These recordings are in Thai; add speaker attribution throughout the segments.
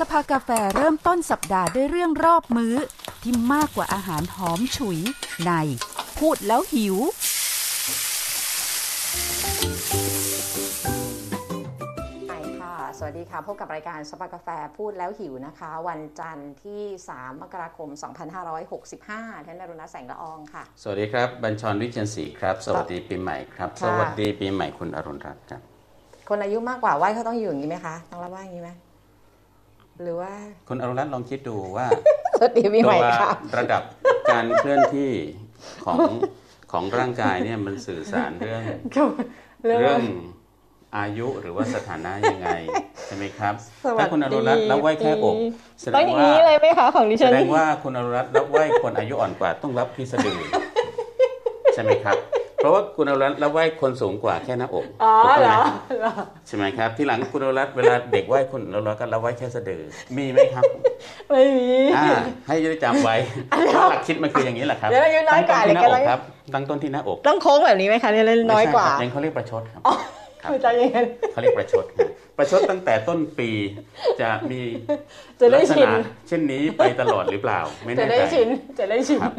Speaker 1: สภากาแฟเริ่มต้นสัปดาห์ด้วยเรื่องรอบมื้อ ที่มากกว่าอาหารหอมฉุย ใน พูดแล้วหิว
Speaker 2: ไปค่ะ สวัสดีค่ะ พบกับรายการสปากาแฟพูดแล้วหิวนะคะ วันจันทร์ที่ 3 มกราคม 2565ท่านนรุณะแสงละอองค่ะ
Speaker 3: สวัสดีครับ บัญชรวิเชียนศรีครับ สวัสดีปีใหม่ครับ
Speaker 2: ค่ะ
Speaker 3: สวัสดีปีใหม่คุณอรุณรัตน์ครับ
Speaker 2: คนอายุมากกว่าไหว้เขาต้องอยู่อย่างนี้ไหมคะ ต้องรับไหว้อย่างนี้ไหมหรือว่า
Speaker 3: คุณอรุณรัตน์ลองคิดดูว่า
Speaker 2: สวัสดีปีใหม่
Speaker 3: ตัว
Speaker 2: ค่ะ
Speaker 3: ระดับการเคลื่อนที่ของ ของร่างกายเนี่ยมันสื่อสารเรื่อง
Speaker 2: เรื่อง
Speaker 3: เรื่
Speaker 2: ว่า
Speaker 3: องอายุหรือว่าสถานะยังไงใช่ไหมครับ
Speaker 2: สวัสดี
Speaker 3: ถ้าคุณอรุณรัตน์รับไหว้แค่อกแสด
Speaker 4: ต้อง
Speaker 3: ง
Speaker 4: อย่าง
Speaker 3: ว่า
Speaker 4: นี้เลยไหมคะของดิ
Speaker 3: แส
Speaker 4: ฉัน
Speaker 3: ดงว่าคุณอรุณรัตน์รับไหว้คนอายุอ่อนกว่าต้องรับที่สะดือใช่ไหมครับ เพราะว่าคุณอรุณรัตน์รับไหว้คนสูงกว่าแค่หน้าอก
Speaker 2: อ๋อ
Speaker 3: ถูกต้อง
Speaker 2: เหร
Speaker 3: ไหม
Speaker 2: อเหรอ
Speaker 3: ใช่ไหมครับที่หลังคุณอนุรัตน์เวลาเด็กไหว้คุณอนุรัตน์ก็รับไหว้แค่สะดือมีไหมครับ
Speaker 2: ไม่มี
Speaker 3: อ่าให้ได้จำไว้เพราะหลักคิดมันคืออย่างนี้แหละครับ
Speaker 2: เดี๋ยวอายุน้อยกว่า
Speaker 3: ตั้งต้นที่ห
Speaker 2: เดี๋ยว
Speaker 3: น้าอกครับตั้งต้นที่หน้าอก
Speaker 4: ต้องโค้งแบบนี้ไหมคะเนี่ยเล่นน้อยกว่า
Speaker 3: ไม่ใช่ครับงเขาเรียกประชดครับครับ
Speaker 2: คือใจเย็น
Speaker 3: เขาเรียกประชดครับประชดตั้งแต่ต้นปีจะมี
Speaker 2: จะได้
Speaker 3: ลักษ
Speaker 2: ชิน
Speaker 3: ณะเช่นนี้ไปตลอดหรือเปล่า ไม่
Speaker 2: จะ
Speaker 3: แน่
Speaker 2: ได้
Speaker 3: ใจ
Speaker 2: ชินจะได้ชิน
Speaker 3: ครับ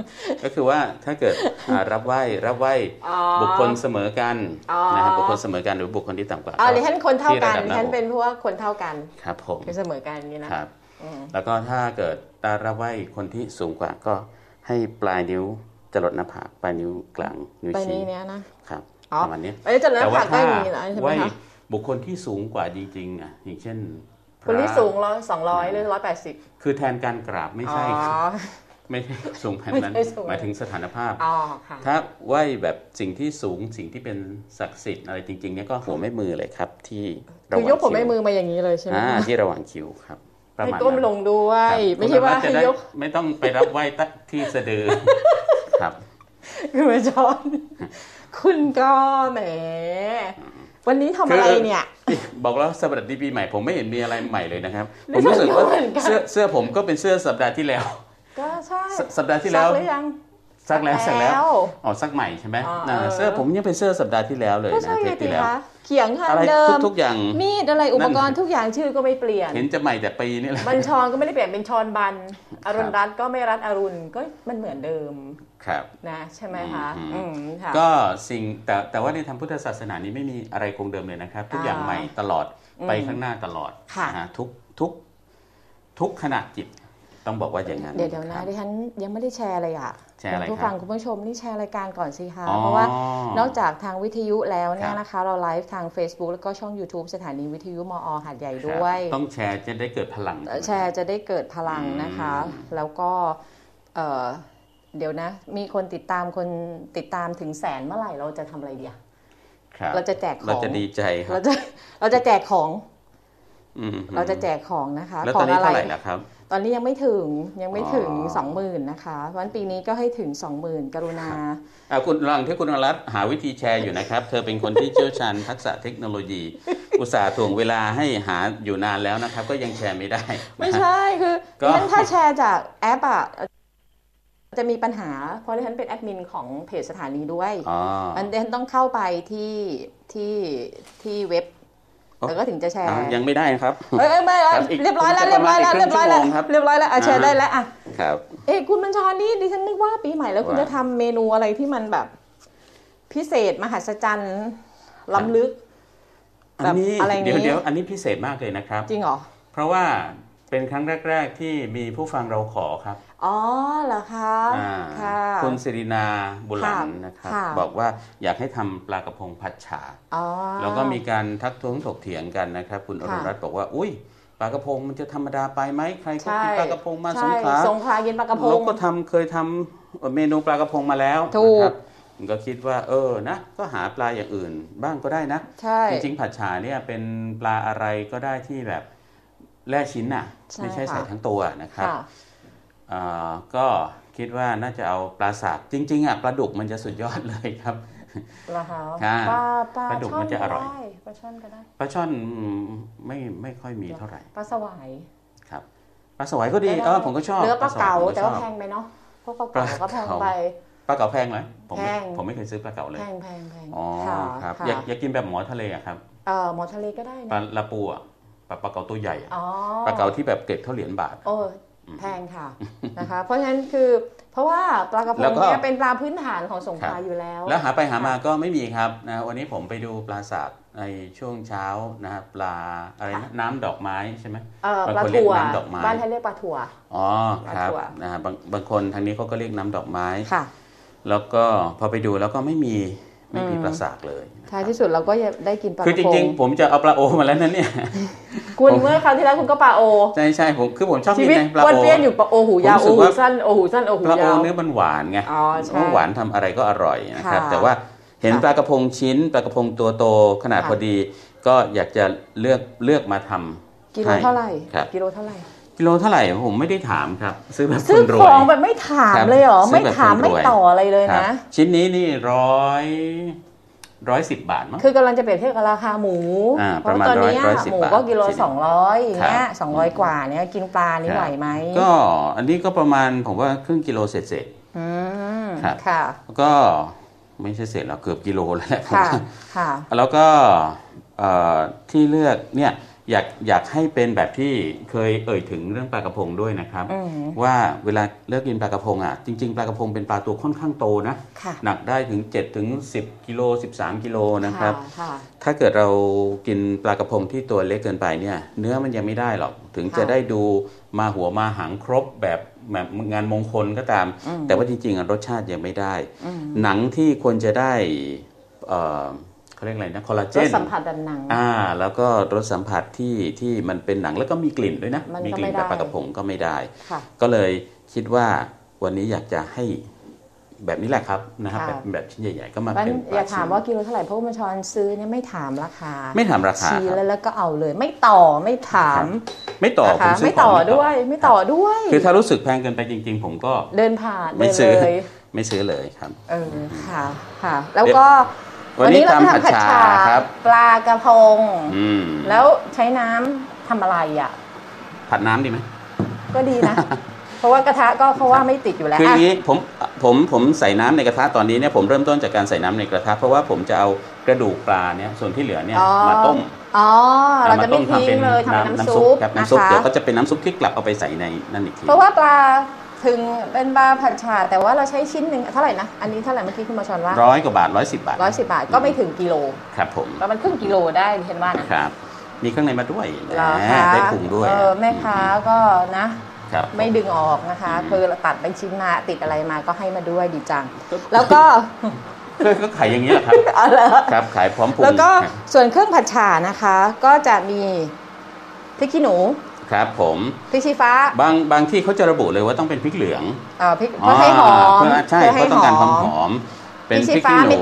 Speaker 3: ก็คือว่าถ้าเกิดอ่ารับไหว้รับไหว้
Speaker 2: อ๋อ
Speaker 3: บุคคลเสมอกัน
Speaker 2: อ๋อ
Speaker 3: นะครับบุคคลเสมอกันหรือบุคคลที่ต่ำกว่า
Speaker 2: อ๋อดิฉันคนเท่ากัน
Speaker 3: ระดับ
Speaker 2: ดิ
Speaker 3: ห
Speaker 2: ฉัน
Speaker 3: อก
Speaker 2: เป็นพวกคนเท่ากัน
Speaker 3: ครับผม
Speaker 2: เป็นเสมอกันอย่างนี้นะครับ อืม
Speaker 3: แล้วก็ถ้าเกิดตาระไหวคนที่สูงกว่าก็ให้ปลายนิ้วจรดหน้าผากปลายนิ้วกลางนิ้ว
Speaker 2: ไป
Speaker 3: ชี้
Speaker 2: นี้เนี้ยนะ
Speaker 3: ครับ
Speaker 2: อ๋อ
Speaker 3: ประมาณนี้
Speaker 2: เอ้ยจรดหน้า
Speaker 3: แต่ว่
Speaker 2: ผากได้อย่างนี้เหรอใช่ไหมคะ
Speaker 3: ไหวบุคคลที่สูงกว่าจริงๆอ่ะอย่างเช่นพระ
Speaker 2: คนที่สูงร้อยสองร้อยหรือร้อยแปดสิบ
Speaker 3: คือแทนการกราบไม่
Speaker 2: อ๋
Speaker 3: ใช่ครับ
Speaker 2: อ
Speaker 3: ไม่ใช่สูงแบบนั้น
Speaker 2: ไม่ใช่สูง
Speaker 3: หมายถึงสถานภาพ
Speaker 2: อ๋อค่ะ
Speaker 3: ถ้าไหวแบบสิ่งที่สูงสิ่งที่เป็นศักดิ์สิทธิ์อะไรจริงๆเนี่ยก็หัวแม่มือเลยครับ ที่ระห
Speaker 2: คือ
Speaker 3: ว่า
Speaker 2: ง ยกผมแม่
Speaker 3: คิ้ว
Speaker 2: มือมาอย่างนี้เลยใช่ไหม
Speaker 3: อ่าที่ระหว่างคิ้วครับประ
Speaker 2: ให้
Speaker 3: มาณ
Speaker 2: ก้ม
Speaker 3: นั้น
Speaker 2: ลงด้วย
Speaker 3: ครับ
Speaker 2: ไม่ใช่ว่า
Speaker 3: คุณอนุรัตน์จะ
Speaker 2: ให้
Speaker 3: ได้
Speaker 2: ยก
Speaker 3: ไม่ต้องไปรับไหว้ตะที่สะดือ ครับ
Speaker 2: คือมาจอนคุณก็แหม วันนี้ทำอะไรเนี่ย
Speaker 3: คือบอกแล้วสวัสดีปีใหม่ผมไม่เห็นมีอะไรใหม่เลยนะครับ
Speaker 2: ไม่
Speaker 3: ผมรู้สึกว่า
Speaker 2: เหมือนกัน
Speaker 3: เสื้อเสื้อผมก็เป็นเสื้อสัปดาห์ที่แล้ว
Speaker 2: ก็ใช่
Speaker 3: สสัปดาห์ที่แล้ว
Speaker 2: ซักหรือยัง
Speaker 3: ซักแล้ว
Speaker 2: ซั
Speaker 3: ซั
Speaker 2: ก
Speaker 3: ก
Speaker 2: แล้
Speaker 3: แล้ว วอ๋อซักใหม่ใช่ไหม
Speaker 2: อ๋ออ่
Speaker 3: า
Speaker 2: เออ
Speaker 3: เสื้อผมยังเป็นเสื้อสัปดาห์ที่แล้วเลย
Speaker 2: ก็
Speaker 3: นะ
Speaker 2: ใช่
Speaker 3: เท
Speaker 2: ไง
Speaker 3: ป
Speaker 2: ติ
Speaker 3: ที่แล้ว
Speaker 2: คะเขียงค่ะ
Speaker 3: อะไร
Speaker 2: เดิม
Speaker 3: ทุกๆอย่าง
Speaker 2: มีดอะไรอุปกร
Speaker 3: นั่
Speaker 2: ณ์
Speaker 3: น
Speaker 2: ทุกอย่างชื่อก็ไม่เปลี่ยน
Speaker 3: เห็นจะใหม่แต่ปีนี่แหละ
Speaker 2: บัญชรก็ไม่ได้เปลี่ยนเป็นชรบัน อรุณรัตน์ก็ไม่รัตน์อรุณก็มันเหมือนเดิม
Speaker 3: ครับ
Speaker 2: นะ ใช่ไหมคะ
Speaker 3: อืม
Speaker 2: อืมค่ะ
Speaker 3: ก็สิ่งแต่แต่ว่าในทางพุทธศาสนานี้ไม่มีอะไรคงเดิมเลยนะครับ ทุกอย่าง
Speaker 2: อ่า
Speaker 3: ใหม่ตลอด
Speaker 2: อืม
Speaker 3: ไปข้างหน้าตลอด
Speaker 2: ค่ะ
Speaker 3: นฮทุกทุกทุกขณะจิตต้องบอกว่าอย่างนั้น
Speaker 2: เดี๋ยวเดี๋ยว
Speaker 3: ค
Speaker 2: นะ
Speaker 3: รับ
Speaker 2: ดิฉันยังไม่ได้แชร์เลยอ่ะ
Speaker 3: แชร์อะไร
Speaker 2: คุณผู้
Speaker 3: ครับ
Speaker 2: ฟังคุณผู้ชมนี่แชร์รายการก่อนสิคะ
Speaker 3: อ๋อ
Speaker 2: เพราะว่านอกจากทางวิทยุแล้วเนี่ย
Speaker 3: ครับ
Speaker 2: นะคะ เราไลฟ์ทาง Facebook แล้วก็ช่อง YouTube สถานีวิทยุมอหาดใหญ่ด้วย
Speaker 3: ต้องแชร์จะได้เกิดพลัง
Speaker 2: แชร์จะได้เกิดพลังนะคะ
Speaker 3: อืม
Speaker 2: แล้วก็เอ่อเดี๋ยวนะ มีคนติดตามคนติดตามถึงแสนเมื่อไหร่เราจะทำอะไรเดีย
Speaker 3: ครับ
Speaker 2: เราจะแจกของ
Speaker 3: เราจะดีใจครั
Speaker 2: เรา
Speaker 3: บ
Speaker 2: จะเราจะแจกของ
Speaker 3: อืม
Speaker 2: เราจะแจกของนะคะ
Speaker 3: แล้ว
Speaker 2: ข
Speaker 3: ต
Speaker 2: อ
Speaker 3: อน
Speaker 2: ง
Speaker 3: นี้
Speaker 2: อะไร
Speaker 3: เท่าไหร่แล้วครับ
Speaker 2: ตอนนี้ยังไม่ถึงยังไม่ถึง
Speaker 3: อ๋อ
Speaker 2: สองหมื่นนะคะเพราะฉะนั้นปีนี้ก็ให้ถึงสองหมื่นกรุณา
Speaker 3: อ่ะคุณรังที่คุณอรัตน์หาวิธีแชร์อยู่นะครับ เธอเป็นคนที่เชี่ยวชาญทักษะเทคโนโลยี อุตส่าห์ถ่วงเวลาให้หาอยู่นานแล้วนะครับ ก็ยังแชร์ไม่ได้
Speaker 2: ไม่ใช่คือ
Speaker 3: ก็
Speaker 2: ดิฉันถ้าแชร์จากแอปอ่ะจะมีปัญหา เพราะดิฉันเป็นแอดมินของเพจสถานีด้วย
Speaker 3: อ๋อ
Speaker 2: อันดิฉันต้องเข้าไปที่ที่ที่เว็บ
Speaker 3: อ๋อ
Speaker 2: แล้วก็ถึงจะแชร์
Speaker 3: อ่ะยังไม่ได้นะครับ
Speaker 2: เอ้ยเอ้ยไม่
Speaker 3: ค
Speaker 2: อ่ะ
Speaker 3: รับอีก
Speaker 2: เรียบร้อยแล้ว
Speaker 3: อี
Speaker 2: เรีย
Speaker 3: ก
Speaker 2: บร้อยแล้ว
Speaker 3: ประมาณ
Speaker 2: เรียบร้อยแล้ว
Speaker 3: อีกครึ่งชั่วโมงครับ
Speaker 2: เรียบร้อยแล้วอ่ะแชร์
Speaker 3: อ่า
Speaker 2: ได้แล้วอ่ะ
Speaker 3: ครับ
Speaker 2: เอ้ยคุณบัญชรนี่ดิฉันนึกว่าปีใหม่แล้วคุณ
Speaker 3: ว่า
Speaker 2: จะทำเมนูอะไรที่มันแบบ พิเศษมหัศจรรย์ล้ำลึก
Speaker 3: อั
Speaker 2: แบ
Speaker 3: น
Speaker 2: บ
Speaker 3: นี้
Speaker 2: อะไรอย่างนี้
Speaker 3: เดี๋ยวเดี๋ยวอันนี้พิเศษมากเลยนะครับ
Speaker 2: จริงเหรอ
Speaker 3: เพราะว่าเป็นครั้งแรก ๆ ที่มีผู้ฟังเราขอครับ
Speaker 2: อ๋อเหรอคะ
Speaker 3: อ่า
Speaker 2: ค่ะ
Speaker 3: คุณสิรินาบุหลัน
Speaker 2: ค่ะ
Speaker 3: นะครับ
Speaker 2: ค่ะ
Speaker 3: บอกว่าอยากให้ทำปลากระพงผัดฉา
Speaker 2: อ๋อ
Speaker 3: แล้วก็มีการทักท้วงถกเถียงกันนะครับ คุณอรุณรัตน์บอกว่า อุ้ยปลากระพงมันจะธรรมดาไปไหมใครก็
Speaker 2: ใช่
Speaker 3: กินปลากระพงมาส
Speaker 2: ใช่
Speaker 3: งขลา
Speaker 2: สงขลากินปลากระพ
Speaker 3: เรา
Speaker 2: ง
Speaker 3: ก็ทำเคยทำเมนูปลากระพงมาแล้ว
Speaker 2: ถูก
Speaker 3: นะครับผมก็คิดว่า เออนะ ก็หาปลาอย่างอื่น บ้างก็ได้นะ
Speaker 2: ใช่
Speaker 3: จริงๆผัดฉาเนี่ยเป็นปลาอะไรก็ได้ที่แบบแล่ชิ้นน่ะ
Speaker 2: ใช่
Speaker 3: ไม่ใช่
Speaker 2: ค่ะ
Speaker 3: ใส่ทั้งตัวนะครับ
Speaker 2: ค่ะ
Speaker 3: เอ่อก็คิดว่าน่าจะเอาปลาสากจริง ๆอ่ะปลาดุกมันจะสุดยอดเลยครับ
Speaker 2: แล้วคะ
Speaker 3: ค่ะ
Speaker 2: ปลาปลา
Speaker 3: ปลาดุก
Speaker 2: ช่อน
Speaker 3: มันจะ
Speaker 2: ก็
Speaker 3: อร่อย
Speaker 2: ได้ปลาช่อนก็ได้
Speaker 3: ปลาช่อนอืมไม่ไม่ค่อยมีเท่าไหร่
Speaker 2: ปลาสวาย
Speaker 3: ครับปลาสวายก็ดี
Speaker 2: ได้
Speaker 3: เออผมก็ชอบ
Speaker 2: หรือปลาเก๋า
Speaker 3: สยผม
Speaker 2: แต่
Speaker 3: ช
Speaker 2: ว่า
Speaker 3: อบ
Speaker 2: แพงไปเนาะเพราะปลาเก๋า
Speaker 3: ปลา
Speaker 2: ก็แพง
Speaker 3: เก๋า
Speaker 2: ไป
Speaker 3: ปลาเก๋าแพงไหมผมไม่
Speaker 2: แพง
Speaker 3: ผมไม่เคยซื้อปลาเก๋าเล
Speaker 2: แพ
Speaker 3: ย
Speaker 2: งแพงแพง
Speaker 3: อ๋อ
Speaker 2: ค่ะ
Speaker 3: ครับ
Speaker 2: ค่ะ
Speaker 3: อยากอยากกินแบบหมอทะเลอะครับ
Speaker 2: เอ่อหมอทะเลก็ได้
Speaker 3: ปลา
Speaker 2: นะ
Speaker 3: ละปูอะป แบบปลาเก๋าตัวใหญ่อะ
Speaker 2: อ๋อ
Speaker 3: ปลาเก๋าที่แบบเกล็ดเท่าเหรียญบาทอะ
Speaker 2: โอ้แพง ค่ะนะคะ เพราะฉะนั้นคือเพราะว่าปลากระพ
Speaker 3: แล้
Speaker 2: ง
Speaker 3: วก็
Speaker 2: เนี่ยเป็นปลาพื้นฐานของสงขลาอยู่แล้ว
Speaker 3: แล้วหาไปหามาก็ไม่มีครับนะวันนี้ผมไปดูปลาสาบในช่วงเช้านะฮะปลาอะไรนะ
Speaker 2: ค่ะ
Speaker 3: น้ำดอกไม้ใช่ไหม
Speaker 2: เอ่อบ
Speaker 3: าง
Speaker 2: ปลา
Speaker 3: คนเรียก
Speaker 2: ถั่ว
Speaker 3: น้ำดอกไม้
Speaker 2: บ้านท่านเรียกปลาถั่ว
Speaker 3: อ๋อครับ
Speaker 2: ปลาถั่ว
Speaker 3: นะฮะบางบางคนทางนี้เขาก็เรียกน้ำดอกไม้
Speaker 2: ค่ะ
Speaker 3: แล้วก็พอไปดูแล้วก็ไม่มีไม่มี
Speaker 2: อืม
Speaker 3: ปลาสากเลยนะ
Speaker 2: ท้ายที่สุดเราก็ได้กินปลาก
Speaker 3: คือ
Speaker 2: ระพ
Speaker 3: จริ
Speaker 2: ง
Speaker 3: ง ๆ ผมจะเอาปลาโอมาแล้วนะเนี่ย
Speaker 2: คุณ
Speaker 3: ผม
Speaker 2: เมื่อคราวที่แล้วคุณก็ปลาโอ
Speaker 3: ใช่ใช่ผมคือผมชอบ
Speaker 2: ชี
Speaker 3: กิน
Speaker 2: วิต
Speaker 3: นะปลา
Speaker 2: วน
Speaker 3: โอ
Speaker 2: เวียนอยู่ปะโอหูยาว
Speaker 3: ผ
Speaker 2: โอ
Speaker 3: มรู้สึก
Speaker 2: หู
Speaker 3: ว่า
Speaker 2: สั้นโอหูสั้นโอหู
Speaker 3: ปลาโอย
Speaker 2: าว
Speaker 3: เนื้อมันหวานไง
Speaker 2: อ๋อใช่
Speaker 3: หวานทำอะไรก็อร่อยนะครับ
Speaker 2: ค่ะ
Speaker 3: แต่ว่าเห็น
Speaker 2: ค่ะ
Speaker 3: ปลากระพงชิ้นปลากระพงตัวโตขนาด
Speaker 2: ค่ะ
Speaker 3: พอดี ก็อยากจะเลือกเลือกมาทำ
Speaker 2: กิโลเท่าไหร่
Speaker 3: ครับ
Speaker 2: กิโลเท่าไหร่
Speaker 3: กิโลเท่าไหร่ผมไม่ได้ถามครับ ซื้อแบบ
Speaker 2: ซื้อ
Speaker 3: คนร
Speaker 2: ข
Speaker 3: วย
Speaker 2: องแบบไม่ถาม
Speaker 3: ครับ
Speaker 2: เลยเหรอ
Speaker 3: ซื้
Speaker 2: ไม่
Speaker 3: แบบ
Speaker 2: ถาม
Speaker 3: คนร
Speaker 2: ไม่
Speaker 3: วย
Speaker 2: ต่ออะไรเลย
Speaker 3: ครับ
Speaker 2: นะ
Speaker 3: ชิ้นนี้นี่ร้อยร้อยสิบบาทมั้ง
Speaker 2: คือกำลังจะเปรียบเทียบกับราคาหมู
Speaker 3: อ่า
Speaker 2: เพ
Speaker 3: ประ
Speaker 2: ราะ
Speaker 3: มาณ
Speaker 2: ตอนเนี้ย
Speaker 3: ร้อยร้อยสิบ
Speaker 2: หมู
Speaker 3: บาท
Speaker 2: ก็กิโล
Speaker 3: จริง
Speaker 2: สองร้อยอย่างเงี้
Speaker 3: ครั
Speaker 2: ย
Speaker 3: บ
Speaker 2: สองร้อยกว่าเนี้ยกินปลานี่
Speaker 3: ครับ
Speaker 2: ไหวไหม
Speaker 3: ก็อันนี้ก็ประมาณผมว่าครึ่งกิโลเศษเศษ
Speaker 2: อืม
Speaker 3: ครับ
Speaker 2: ค่ะ
Speaker 3: ๆก็ไม่ใช่เศษหรอกเกือบกิโลแล้วแหละผม
Speaker 2: ค่ะ
Speaker 3: ว่า
Speaker 2: ค่ะ
Speaker 3: แล้วก็เอ่อที่เลือกเนี่ยอยากอยากให้เป็นแบบที่เคยเอ่ยถึงเรื่องปลากระพงด้วยนะครับ
Speaker 2: อืม
Speaker 3: ว่าเวลาเลือกกินปลากระพงอ่ะจริง ๆ ปลากระพงเป็นปลาตัวค่อนข้างโตนะ
Speaker 2: ค่ะ
Speaker 3: หนักได้ถึง7ถึง10กิโล13กิโลนะครับ
Speaker 2: ค่ะ
Speaker 3: ถ้าเกิดเรากินปลากระพงที่ตัวเล็กเกินไปเนี่ย เนื้อมันยังไม่ได้หรอกถึงจะ
Speaker 2: ค่ะ
Speaker 3: ได้ดูมาหัวมาหางครบแบบแบบงานมงคลก็ตาม
Speaker 2: อืม
Speaker 3: แต่ว่าจริงๆอ่ะรสชาติยังไม่ได้
Speaker 2: อืม
Speaker 3: หนังที่ควรจะได้เอ่อเขาเรียกอะไรนะคอลลาร เจ
Speaker 2: ส
Speaker 3: น
Speaker 2: สัมผัสแบบหนัง
Speaker 3: อ่าแล้วก็รสสัมผัสที่ที่มันเป็นหนังแล้วก็มีกลิ่นด้วยนะ
Speaker 2: มันก็
Speaker 3: กลิ่น
Speaker 2: ไม่ได้
Speaker 3: แบบปลากระพงก็ไม่ได้
Speaker 2: ค่ะ
Speaker 3: ก็เลยคิดว่าวันนี้อยากจะให้แบบนี้แหละครับนะครับ
Speaker 2: ค่ะ
Speaker 3: แบบแบบชิ้นใหญ่ ๆ ก็มา
Speaker 2: มัน
Speaker 3: เป็น
Speaker 2: อ
Speaker 3: ปลา
Speaker 2: ย่าถามว่ากิโลเท่าไหร่เพราะว่ามันช้อนซื้อเนี่ยไม่ถามราคา
Speaker 3: ไม่ถามราคา
Speaker 2: ชี้
Speaker 3: ครับ
Speaker 2: แล้วแล้วก็เอาเลยไม่ต่อไม่ถาม
Speaker 3: ไม่ต่อ
Speaker 2: นะ
Speaker 3: ผ
Speaker 2: คะ
Speaker 3: มซื้
Speaker 2: ไม่
Speaker 3: อข
Speaker 2: ต่
Speaker 3: ง
Speaker 2: อด้วยไม่ต่อด้วย
Speaker 3: คือถ้ารู้สึกแพงเกินไปจริง ๆ ผมก็
Speaker 2: เดินผ่าน
Speaker 3: ไม่
Speaker 2: เดิน
Speaker 3: ซื้อ
Speaker 2: เลย
Speaker 3: ไม่ซื้อเลยครับ
Speaker 2: เออค่ะค่ะ แล้วก็
Speaker 3: วันนี้
Speaker 2: เรา
Speaker 3: ตาม
Speaker 2: ก็
Speaker 3: ผัด
Speaker 2: ทำผัด
Speaker 3: ชา
Speaker 2: ฉา
Speaker 3: ครับ
Speaker 2: ปลากระพง
Speaker 3: อืม
Speaker 2: แล้วใช้น้ำทำอะไรอ่ะ
Speaker 3: ผัดน้ำดีไหม
Speaker 2: ก็ดี นะ เพราะว่ากระทะก็เพราะว่าไม่ติดอยู่แล้ว
Speaker 3: คืออย่าง
Speaker 2: อ่ะ
Speaker 3: นี้ผมผมผมใส่น้ำในกระทะตอนนี้เนี่ยผมเริ่มต้นจากการใส่น้ำในกระทะเพราะว่าผมจะเอากระดูกปลาเนี่ยส่วนที่เหลือเนี่ย
Speaker 2: อ๋อ
Speaker 3: มาต้ม
Speaker 2: อ๋อเราจะ
Speaker 3: มา
Speaker 2: ไม่
Speaker 3: ต้ม
Speaker 2: ทิ้งเลยทำเป็นน้ำซุป
Speaker 3: ครับ
Speaker 2: นะ
Speaker 3: น้ำซุป
Speaker 2: คะ
Speaker 3: เดี๋ยวก็จะเป็นน้ำซุปที่กลับเอาไปใส่ในนั่นอีกที
Speaker 2: เพราะว่าปลาถึงเป็นปลาผัดฉาแต่ว่าเราใช้ชิ้นหนึ่งเท่าไหร่นะอันนี้เท่าไหร่เมื่อกี้คุณมาชอนว่า
Speaker 3: ร้อยกว่าบาทร้อยสิบบาท
Speaker 2: ร้อยสิบบาทก็ไม่ถึงกิโล
Speaker 3: ครับผม
Speaker 2: ประมาณครึ่งกิโลได้ดิฉันว่านะ
Speaker 3: ครับมีข้างในมาด้วย
Speaker 2: เหรอ
Speaker 3: แหม
Speaker 2: คะ
Speaker 3: ได้ปรุงด้วย
Speaker 2: เออแม่ค้าก็นะ
Speaker 3: ครับ
Speaker 2: ไม่ดึงออกนะคะ
Speaker 3: อืม
Speaker 2: คือตัดเป็นชิ้นมาติดอะไรมาก็ให้มาด้วยดีจัง แล้ว ก็
Speaker 3: ก็ก็ขายอย่างนี้ยครับ
Speaker 2: เอาละ
Speaker 3: ครับขายพร้อมปรุง
Speaker 2: แล้วก็
Speaker 3: ครับ
Speaker 2: ส่วนเครื่องผัดฉ่านะคะ ก็จะมีพริกขี้หนู
Speaker 3: ครับผม
Speaker 2: พริกชี้ฟ้า
Speaker 3: บางบางที่เขาจะระบุเลยว่าต้องเป็นพริกเหลือง
Speaker 2: เอ่อพริกเพื่อให้หอม
Speaker 3: เพื่อใช่เพราะต้องการความหอม เป็นพริกขี้หนู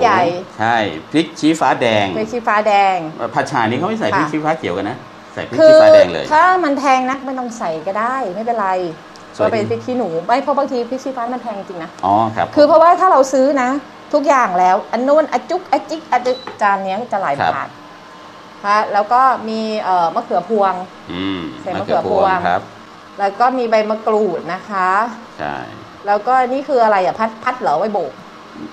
Speaker 3: ใช่พริกชี้ฟ้าแดง
Speaker 2: พริกชี้ฟ้าแดง
Speaker 3: ผัดฉานี้เขาไม่ใส่พริก
Speaker 2: ค่ะ
Speaker 3: ชี้ฟ้าเขียวกันนะ ใส่พริก
Speaker 2: คื
Speaker 3: ชี้
Speaker 2: อ
Speaker 3: ฟ้าแดงเลย
Speaker 2: ถ้ามันแพงนักไม่ต้องใส่ก็ได้ไม่เป็นไร
Speaker 3: สวยดี
Speaker 2: ก็เป็นพริกขี้หนูไม่เพราะบางทีพริกชี้ฟ้ามันแพงจริงนะ
Speaker 3: อ๋อครับ
Speaker 2: คือเพราะว่าถ้าเราซื้อนะ ทุกอย่างแล้ว อันนู้นอันจุกอันจิกอันจึกจานเนี้ยจะหลาย
Speaker 3: ครับ
Speaker 2: บาทนะคะแล้วก็มีเอ่อมะเขือพวง
Speaker 3: อืม
Speaker 2: ใส่มะเขือพวง
Speaker 3: ครับ
Speaker 2: แล้วก็มีใบมะกรูดนะคะ
Speaker 3: ใช่
Speaker 2: แล้วก็นี่คืออะไรอ่ะพัดพัดเหรอใบโบก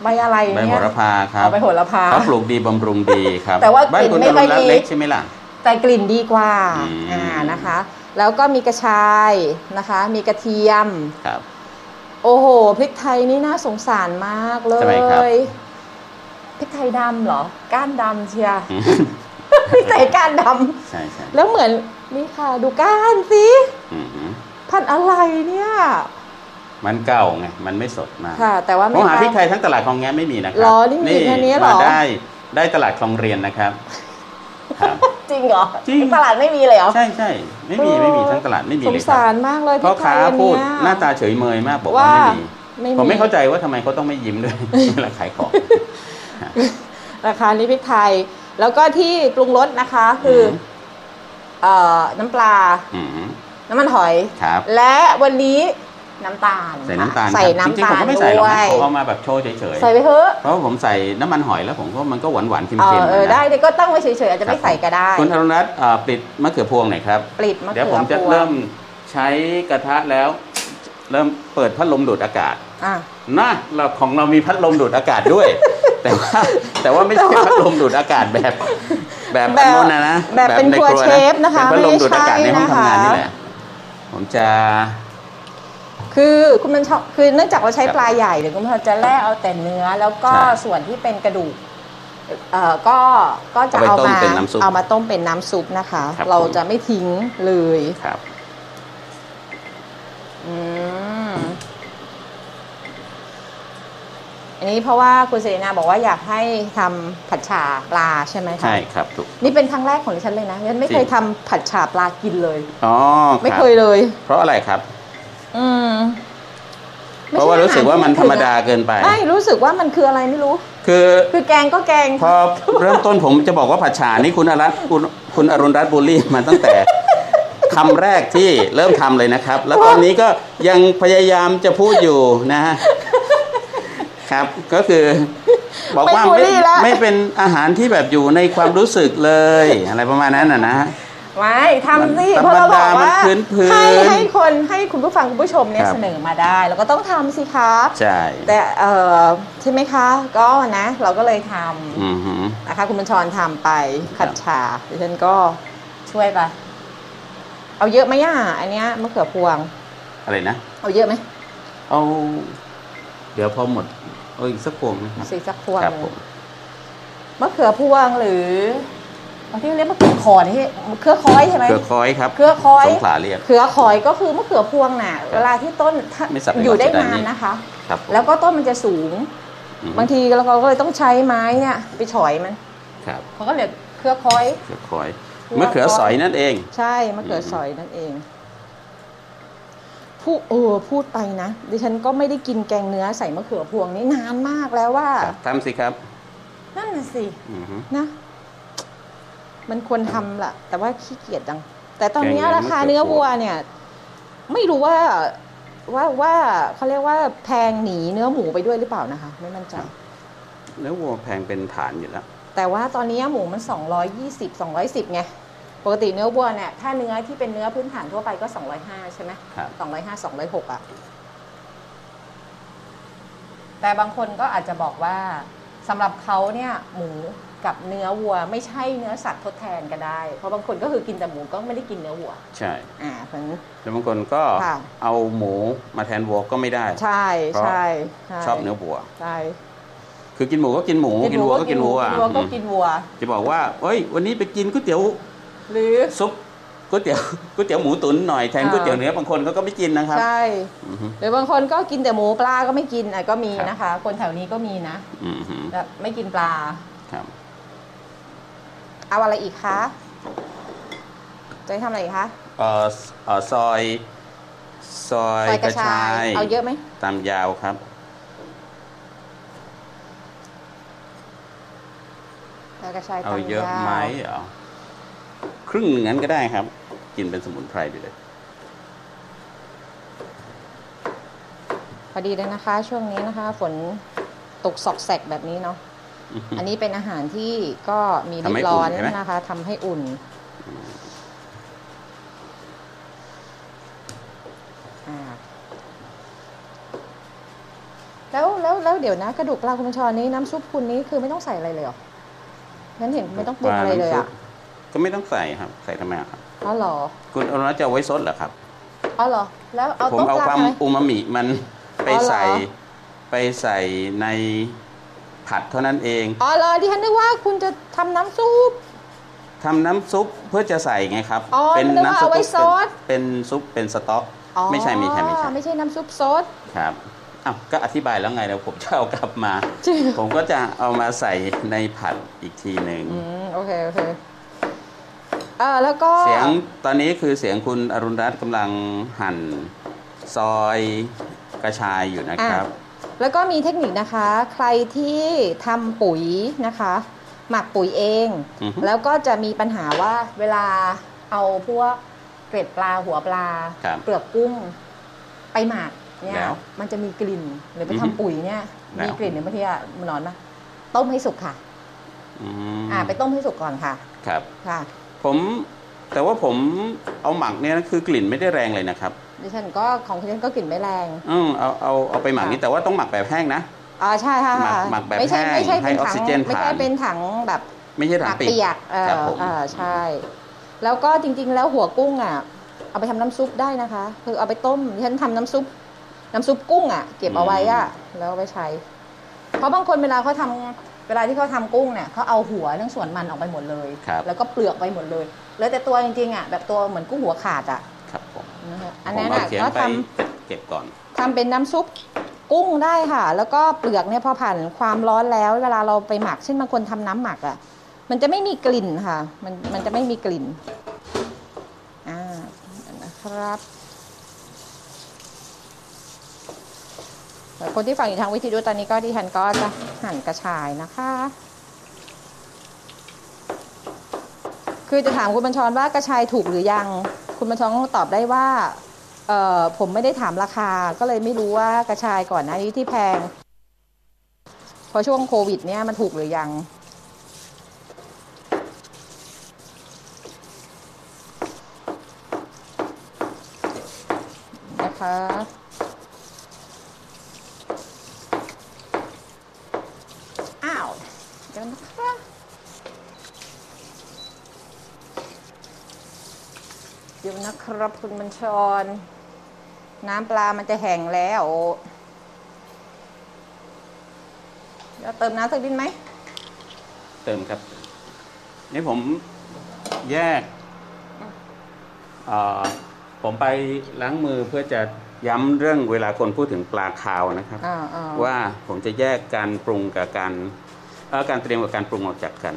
Speaker 2: ใบอะไร
Speaker 3: ใบ
Speaker 2: เนี่ย
Speaker 3: โหระพาครับ
Speaker 2: เอาใบโหระพา
Speaker 3: เขาปลูกดีบำรุงดีครับ
Speaker 2: แต่ว่า
Speaker 3: บ้านคุณ
Speaker 2: กลิ่นไม่
Speaker 3: อ
Speaker 2: ค่อย
Speaker 3: รุ
Speaker 2: ดี
Speaker 3: ณรัตน์เล็กใช่ไหมล่ะ
Speaker 2: แต่กลิ่นดีกว่า
Speaker 3: อืม
Speaker 2: อ่านะคะ แล้วก็มีกระชายนะคะ มีกระเทียม
Speaker 3: ครับ
Speaker 2: โอ้โหพริกไทยนี่น่าสงสารมากเล
Speaker 3: ทำไมครับ
Speaker 2: ยพริกไทยดำเหรอ ก้านดำเชีย ไม่ใส่ก้านด
Speaker 3: ใช่ใช่
Speaker 2: ำแล้วเหมือนนี่ค่ะ ดูก้านสิ
Speaker 3: อืม
Speaker 2: พันธุ์อะไรเนี่ย
Speaker 3: มันเก่าไงมันไม่สดมาก
Speaker 2: ค่ะ แต่ว่า
Speaker 3: ผ
Speaker 2: ไม่
Speaker 3: มหาพริก
Speaker 2: ท
Speaker 3: ไท
Speaker 2: ราบ
Speaker 3: ยทั้งตลาดคลองแง้มไม่มีนะครั
Speaker 2: หรอนี่มีแค่นี้หรอ
Speaker 3: มาได้ได้ตลาดคลองเรียนนะครับครับ
Speaker 2: จริงเหรอ
Speaker 3: จริง
Speaker 2: ที่ตลาดไม่มีเลยเหรอ
Speaker 3: ใช่ใช่ไม่มีไม่มีทั้งตลาดไม่มี
Speaker 2: ส
Speaker 3: เล
Speaker 2: ง
Speaker 3: ยครั
Speaker 2: สา
Speaker 3: บ
Speaker 2: รมากเลยพ
Speaker 3: พ่
Speaker 2: ริ
Speaker 3: อก
Speaker 2: ไท
Speaker 3: ค้าย
Speaker 2: อัน
Speaker 3: พู
Speaker 2: เนี่
Speaker 3: ด
Speaker 2: ย
Speaker 3: หน้าตาเฉยเมยมากบอกว่าไม่
Speaker 2: ไม่
Speaker 3: มี
Speaker 2: มี
Speaker 3: ผมไม่เข้าใจว่าทำไมเขาต้องไม่ ยิ้มด้วย เวลาขายของ
Speaker 2: ราคานี้พริกไทย แล้วก็ที่ปรุงรสนะคะ คืออ
Speaker 3: ม
Speaker 2: เอ่อน้ำปลา
Speaker 3: อืม
Speaker 2: น้ำมันหอย
Speaker 3: ครับ
Speaker 2: และวันนี้น้ำตาล
Speaker 3: ใส่น้ำตาล
Speaker 2: ค่ะใส่
Speaker 3: ครับจริง
Speaker 2: น้ำตาม ล
Speaker 3: ๆผก็ไม่
Speaker 2: ด้
Speaker 3: ใส่หรอก
Speaker 2: ว
Speaker 3: นะ
Speaker 2: ย
Speaker 3: ผมเอามาแบบโชว์เฉย
Speaker 2: ใส่ไปเถอะ
Speaker 3: ๆเพราะว่าผมใส่น้ำมันหอยแล้วผมก็มันก็หวานหวานๆเค็ม
Speaker 2: เอ
Speaker 3: ๆ
Speaker 2: อเออ
Speaker 3: นะ
Speaker 2: ได้ได้ก็ตั้งไว้เฉยๆอาจจะไม่ใส่ก็ได้
Speaker 3: คุณอรุณรัตน์เอ่อปิดมะเขือพวงหน่อยครับ
Speaker 2: ปลิดมะเขือ
Speaker 3: เดี๋ยวผมจะ
Speaker 2: พวง
Speaker 3: เริ่มใช้กระทะแล้ว เริ่มเปิดพัดลมดูดอากาศ
Speaker 2: อ่ะ
Speaker 3: นะเราของ เรามีพัดลมดูดอากาศด้วย แต่ว่าแต่ว่าไม่ใช่พัดลมดูดอากาศแบบ แบบ
Speaker 4: แบบ
Speaker 3: โน่นนะนะ
Speaker 4: แบบเป็น
Speaker 3: ใ
Speaker 4: ครัวเชฟนะคะ
Speaker 3: แบบพัดลม
Speaker 4: ไม่
Speaker 3: ดูดอากาศในห้อง
Speaker 4: ใช่
Speaker 3: ทำงานนี่
Speaker 4: นะคะ
Speaker 3: แหละผมจะ
Speaker 2: คือคุณมันชอบคือเนื่องจากว่าใช้
Speaker 3: ครับ
Speaker 2: ปลาใหญ่เดี๋ยวคุณมันจะแล่เอาแต่เนื้อ แล้วก็
Speaker 3: ใช่
Speaker 2: ส่วนที่เป็นกระดูกเอ่อก็ก็จะเอา
Speaker 3: เอาไปต้ม
Speaker 2: มา
Speaker 3: เป็นน้ำซุป
Speaker 2: เอามาต้มเป็นน้ำซุปนะคะ
Speaker 3: ครับ
Speaker 2: เรา
Speaker 3: ผม
Speaker 2: จะไม่ทิ้งเลย
Speaker 3: ครับ
Speaker 2: อืมอันนี้เพราะว่าคุณเสรีนาบอกว่าอยากให้ทำผัดฉ่าปลาใช่ไหมคะ
Speaker 3: ใช่ครับถูก
Speaker 2: นี่เป็นครั้งแรกของดิฉันเลยนะฉันไม่เคย
Speaker 3: จริง
Speaker 2: ทำผัดฉ่าปลากินเลย
Speaker 3: อ๋อรับ
Speaker 2: ไม่เคยเลย
Speaker 3: เพราะอะไรครับ
Speaker 2: อืม
Speaker 3: เพราะว่ารู้สึกว่ามันธรรมดาเกินไป
Speaker 2: ไม่รู้สึกว่ามันคืออะไรไม่รู้
Speaker 3: คือ
Speaker 2: คือแกงก็แกง
Speaker 3: พอเริ่มต้นผมจะบอกว่าผัดฉานี่คุณอรัตน์คุณคุณอรุณรัตน์บุรีมาตั้งแต่ คำแรกที่เริ่มทำเลยนะครับ แล้วตอนนี้ก็ยังพยายามจะพูดอยู่นะฮะครับ ก็คือ บอกว่า
Speaker 2: ไม่บูลลี่ละ
Speaker 3: ไม่เป็นอาหารที่แบบอยู่ในความรู้สึกเลย อะไรประมาณนั้นนะนะฮะ
Speaker 2: ไม่ทำสิ
Speaker 3: มัน
Speaker 2: เพราะเราบอกว่า
Speaker 3: ธรรมดามันพื้นๆ
Speaker 2: ให้ให้คนให้คุณผู้ฟังคุณผู้ชมเนี่ย
Speaker 3: ครับ
Speaker 2: เสนอมาได้ แล้วก็ต้องทำสิครับ
Speaker 3: ใช่
Speaker 2: แต่เออใช่ไหมคะ ก็นะ เราก็เลยท
Speaker 3: อือหือ
Speaker 2: ำนะคะ คุณบัญชรทำไป
Speaker 3: ครั
Speaker 2: ผั
Speaker 3: บ
Speaker 2: ดชาดิฉันก็ช่วยไปเอาเยอะไหมอ่ะอันเนี้ยมะเขือพวง
Speaker 3: อะไรนะ
Speaker 2: เอาเยอะไหม
Speaker 3: เอาเดี๋ยวพอหมดเอาอีกสักพวงนะครับ
Speaker 2: สีสักพวง
Speaker 3: ครับ
Speaker 2: หนึ่ง
Speaker 3: ผม
Speaker 2: มะเขือพวงหรือบางที่เรียกมะเขือขอนที่เครือคอยใช่ไหม
Speaker 3: เครือคอยครับ
Speaker 2: เครือคอย
Speaker 3: สงขลาเรียก
Speaker 2: เขือคอยก็คือมะเขือพวงน่ะ เวลาที่ต้นถ้า
Speaker 3: ไม่สับไม่
Speaker 2: อยู่ได้
Speaker 3: สับจะได้
Speaker 2: นาน
Speaker 3: นี่
Speaker 2: นะคะ
Speaker 3: ครับผม
Speaker 2: แล้วก็ต้นมันจะสูง
Speaker 3: อือหือบ
Speaker 2: างทีเราก็เลยต้องใช้ไม้เนี่ยไปฉอยมัน
Speaker 3: ครับ
Speaker 2: เขาก็เรียกเครือคอย
Speaker 3: มะเขื
Speaker 2: เค
Speaker 3: อคอย
Speaker 2: รือคอย
Speaker 3: มะเขือสอยนั่นเอง
Speaker 2: ใช่มะเขือ
Speaker 3: ม
Speaker 2: สอยนั่นเองพูดเออพูดไปนะดิฉันก็ไม่ได้กินแกงเนื้อใส่มะเขือพวงนี่นานมากแล้วว่า
Speaker 3: ครับทำสิครับ
Speaker 2: นั่นน่ะสิ
Speaker 3: อือฮึ
Speaker 2: นะ มันควรทำละแต่ว่าขี้เกียจจัง แต่ตอนเนี้ย
Speaker 3: แกงเนื้อ
Speaker 2: ราคาม
Speaker 3: ะเขือ
Speaker 2: เนื้อ
Speaker 3: พวง
Speaker 2: วัวเนี่ย ไม่รู้ว่าว่าว่าเขาเรียกว่าแพงหนีเนื้อหมูไปด้วยหรือเปล่านะคะ ไม่มั่นใจ
Speaker 3: เนื้อวัวแพงเป็นฐานอยู่แล้ว
Speaker 2: แต่ว่าตอนนี้หมูมัน 220 210 ไง ปกติเนื้อวัวเนี่ย ถ้าเนื้อที่เป็นเนื้อพื้นฐานทั่วไปก็ 205 ใช่ไหม
Speaker 3: ครับ
Speaker 2: 205 206อ่ะ แต่บางคนก็อาจจะบอกว่าสำหรับเขาเนี่ย หมูกับเนื้อวัวไม่ใช่เนื้อสัตว์ทดแทนก็ได้ เพราะบางคนก็คือกินแต่หมูก็ไม่ได้กินเนื้อวัว
Speaker 3: ใช่
Speaker 2: อ่าเพราะฉะนั้น
Speaker 3: แล้วบางคนก็
Speaker 2: ค่ะ
Speaker 3: เอาหมูมาแทนวัวก็ไม่ได้
Speaker 2: ใช่ใช่ใ
Speaker 3: ชอบเนื้อวัว
Speaker 2: ใช่
Speaker 3: คือกินหมูก็กินหมูกินวัวก็กินวัว
Speaker 2: กินวัวก็
Speaker 3: อื
Speaker 2: กิ
Speaker 3: ม
Speaker 2: นวัว
Speaker 3: จะบอกว่าเอ้ย วันนี้ไปกินก๋วยเตี๋ยว
Speaker 2: หรือ
Speaker 3: ซุปก๋วยเตี๋ยวก๋วยเตี๋ยวหมูตุ๋นหน่อยแทน
Speaker 2: อ่า
Speaker 3: ก๋วยเตี๋ยวเนื้อบางคนเขาก็ไม่กินนะครับ
Speaker 2: ใช่
Speaker 3: อือฮึ
Speaker 2: หรือบางคนก็กินแต่หมูปลาก็ไม่กินอ่ะก็มี
Speaker 3: ครับ
Speaker 2: นะคะ คนแถวนี้ก็มีนะ
Speaker 3: อือฮึ
Speaker 2: แบบไม่กินปลา
Speaker 3: ครับ
Speaker 2: เอาอะไรอีกคะจะให้ทำอะไรอีกคะ
Speaker 3: เอ่อเอ่อซอยซอย
Speaker 2: ซอย
Speaker 3: กระชาย
Speaker 2: เอาเยอะไหม
Speaker 3: ตามยาวครับ
Speaker 2: ซอยกระชาย
Speaker 3: เอา
Speaker 2: ตำ
Speaker 3: เยอะ
Speaker 2: ว
Speaker 3: ไหมเหรอครึ่งหนึ่งนั้นก็ได้ครับ กินเป็นสมุนไพรไปเลย
Speaker 2: พอดีเลยนะคะ ช่วงนี้นะคะ ฝนตกสอกแสกแบบนี้เนาะอันนี้เป็นอาหารที่ก็มี
Speaker 3: ทำให้
Speaker 2: ริดร้อน
Speaker 3: อุ่นใช่ไหม
Speaker 2: นะคะทำให้อุ่น อ่า แล้วแล้วแล้วเดี๋ยวนะ กระดูกปลาคุณบัญชรนี้น้ำซุปคุณนี้คือไม่ต้องใส่อะไรเลยเหรองั้นเห็นไม่ต้องปรุงอะไรเลยอ่ะ
Speaker 3: ก็ไม่ต้องใส่ครับ ใส่ทำไมอะครับ
Speaker 2: อ๋อเหรอ
Speaker 3: คุณอนุรัตน์จะเอาไว้ซดเหรอครับ
Speaker 2: อ๋อเหรอ แล้วเอา
Speaker 3: ผม
Speaker 2: ต้ม
Speaker 3: เอา
Speaker 2: ปลา
Speaker 3: ความ
Speaker 2: ไหม
Speaker 3: อูมามิมันไป
Speaker 2: อ๋อเหรอ
Speaker 3: ใส่ไปใส่ในผัดเท่านั้นเอง
Speaker 2: อ๋อเหรอที่ฉันนึกว่าคุณจะทำน้ำซุป
Speaker 3: ทำน้ำซุปเพื่อจะใส่ไงครับ
Speaker 2: อ๋อ
Speaker 3: เป็น
Speaker 2: นึกว่าเอาไว้
Speaker 3: เป็น
Speaker 2: ซด
Speaker 3: เป็นซุปเป็นสต๊อก
Speaker 2: อ๋อ
Speaker 3: ไม่ใช่ไม่ใช่ไม่ใช่
Speaker 2: ไม่ใช่น้ำซุปซด
Speaker 3: ครับอ้าวก็อธิบายแล้วไงแล้วผมจะเอากลับมา
Speaker 2: จริง
Speaker 3: ผมก็จะเอามาใส่ในผัดอีกทีหนึ่ง
Speaker 2: อืมโอเคโอเคเออแล้วก็
Speaker 3: เสียงตอนนี้คือเสียงคุณอรุณรัตน์กำลังหั่นซอยกระชายอยู่นะ
Speaker 2: อ่ะ
Speaker 3: ครับ
Speaker 2: แล้วก็มีเทคนิคนะคะ ใครที่ทำปุ๋ยนะคะ หมักปุ๋ยเอง
Speaker 3: อือฮึ
Speaker 2: แล้วก็จะมีปัญหาว่าเวลาเอาพวกเกล็ดปลาหัวปลา
Speaker 3: ครับ
Speaker 2: เปลือกกุ้งไปหมักเนี่ย
Speaker 3: แล้ว
Speaker 2: มันจะมีกลิ่นหรือไป
Speaker 3: อือ
Speaker 2: ทำ
Speaker 3: ฮึ
Speaker 2: ปุ๋ยเนี่ย
Speaker 3: แล้ว
Speaker 2: มีกลิ่นหรือบางทีอะหนอนมาต้มให้สุกค่ะ
Speaker 3: อืม
Speaker 2: อ่า ไปต้มให้สุกก่อนค่ะ
Speaker 3: ครับ
Speaker 2: ค่ะ
Speaker 3: ผมแต่ว่าผมเอาหมักเนี่ยนะคือกลิ่นไม่ได้แรงเลยนะครับ
Speaker 2: ดิฉันก็ของดิฉันก็กลิ่นไม่แรง
Speaker 3: อืมเอาเอาเอาไปหมักนี่
Speaker 2: ค่ะ
Speaker 3: แต่ว่าต้องหมักแบบแห้งนะ
Speaker 2: อ๋อใช่ค่ะ
Speaker 3: หมัก
Speaker 2: ค่ะ
Speaker 3: หมักแบบ
Speaker 2: ไม่ใช่
Speaker 3: แห้ง
Speaker 2: ไม่ใช่เป็น
Speaker 3: ให้ออก
Speaker 2: ถัง
Speaker 3: ซิเจน
Speaker 2: ไม่ใช่
Speaker 3: ผ่าน
Speaker 2: เป็นถังแบบ
Speaker 3: ไม่ใช่ถั
Speaker 2: ผั
Speaker 3: ง
Speaker 2: ก
Speaker 3: ปี
Speaker 2: เปียกเออ
Speaker 3: ครับผม
Speaker 2: เออใช่ แล้วก็จริงๆแล้วหัวกุ้งอ่ะ เอาไปทำน้ำซุปได้นะคะ คือเอาไปต้มดิฉันทำน้ำซุป น้ำซุปกุ้งอ่ะ เก็บเอาไว้อ่ะ แล้วเอาไปใช้ เพราะบางคนเวลาเขาทำเวลาที่เขาทำกุ้งเนี่ยเขาเอาหัวทั้งส่วนมันออกไปหมดเลย
Speaker 3: ครับ
Speaker 2: แล้วก็เปลือกไปหมดเลยเหลือแต่ตัวจริงๆอ่ะแบบตัวเหมือนกุ้งหัวขาดอ่ะ
Speaker 3: ครับผม
Speaker 2: นะฮะ
Speaker 3: ผ
Speaker 2: อัน
Speaker 3: ม
Speaker 2: นั้น
Speaker 3: เอา
Speaker 2: อ่ะ
Speaker 3: เสียง
Speaker 2: ก็
Speaker 3: ไป
Speaker 2: ทำ
Speaker 3: เก็บก่อน
Speaker 2: ทำเป็นน้ำซุปกุ้งได้ค่ะ แล้วก็เปลือกเนี่ยพอผ่านความร้อนแล้ว เวลาเราไปหมักเช่นบางคนทำน้ำหมักอะ่ะ มันจะไม่มีกลิ่นค่ะ มันมันจะไม่มีกลิ่นอ่านะครับ แต่คนที่ฟังอยู่ทางวิทยุตอนนี้ก็ดิฉันก็จะหั่นกระชายนะคะ คือจะถามคุณบัญชรว่ากระชายถูกหรือยัง คุณบัญชรก็ตอบได้ว่า เอ่อผมไม่ได้ถามราคาก็เลยไม่รู้ว่ากระชายก่อนหน้านี้ที่แพง พอช่วงโควิดเนี่ยมันถูกหรือยัง นะคะ อ้าวเดี๋ยวนะคะ เดี๋ยวนะครับคุณบัญชร น้ำปลามันจะแห้งแล้วเราเติมน้ำสักนิดไหม
Speaker 3: เติมครับ นี่ผมแยกเอ่อผมไปล้างมือเพื่อจะย้ำเรื่องเวลาคนพูดถึงปลาคาวนะครับ
Speaker 2: อ่าอ่า
Speaker 3: ว่าผมจะแยกการปรุงกับการเอ่อการเตรียมกับการปรุงออกจากกัน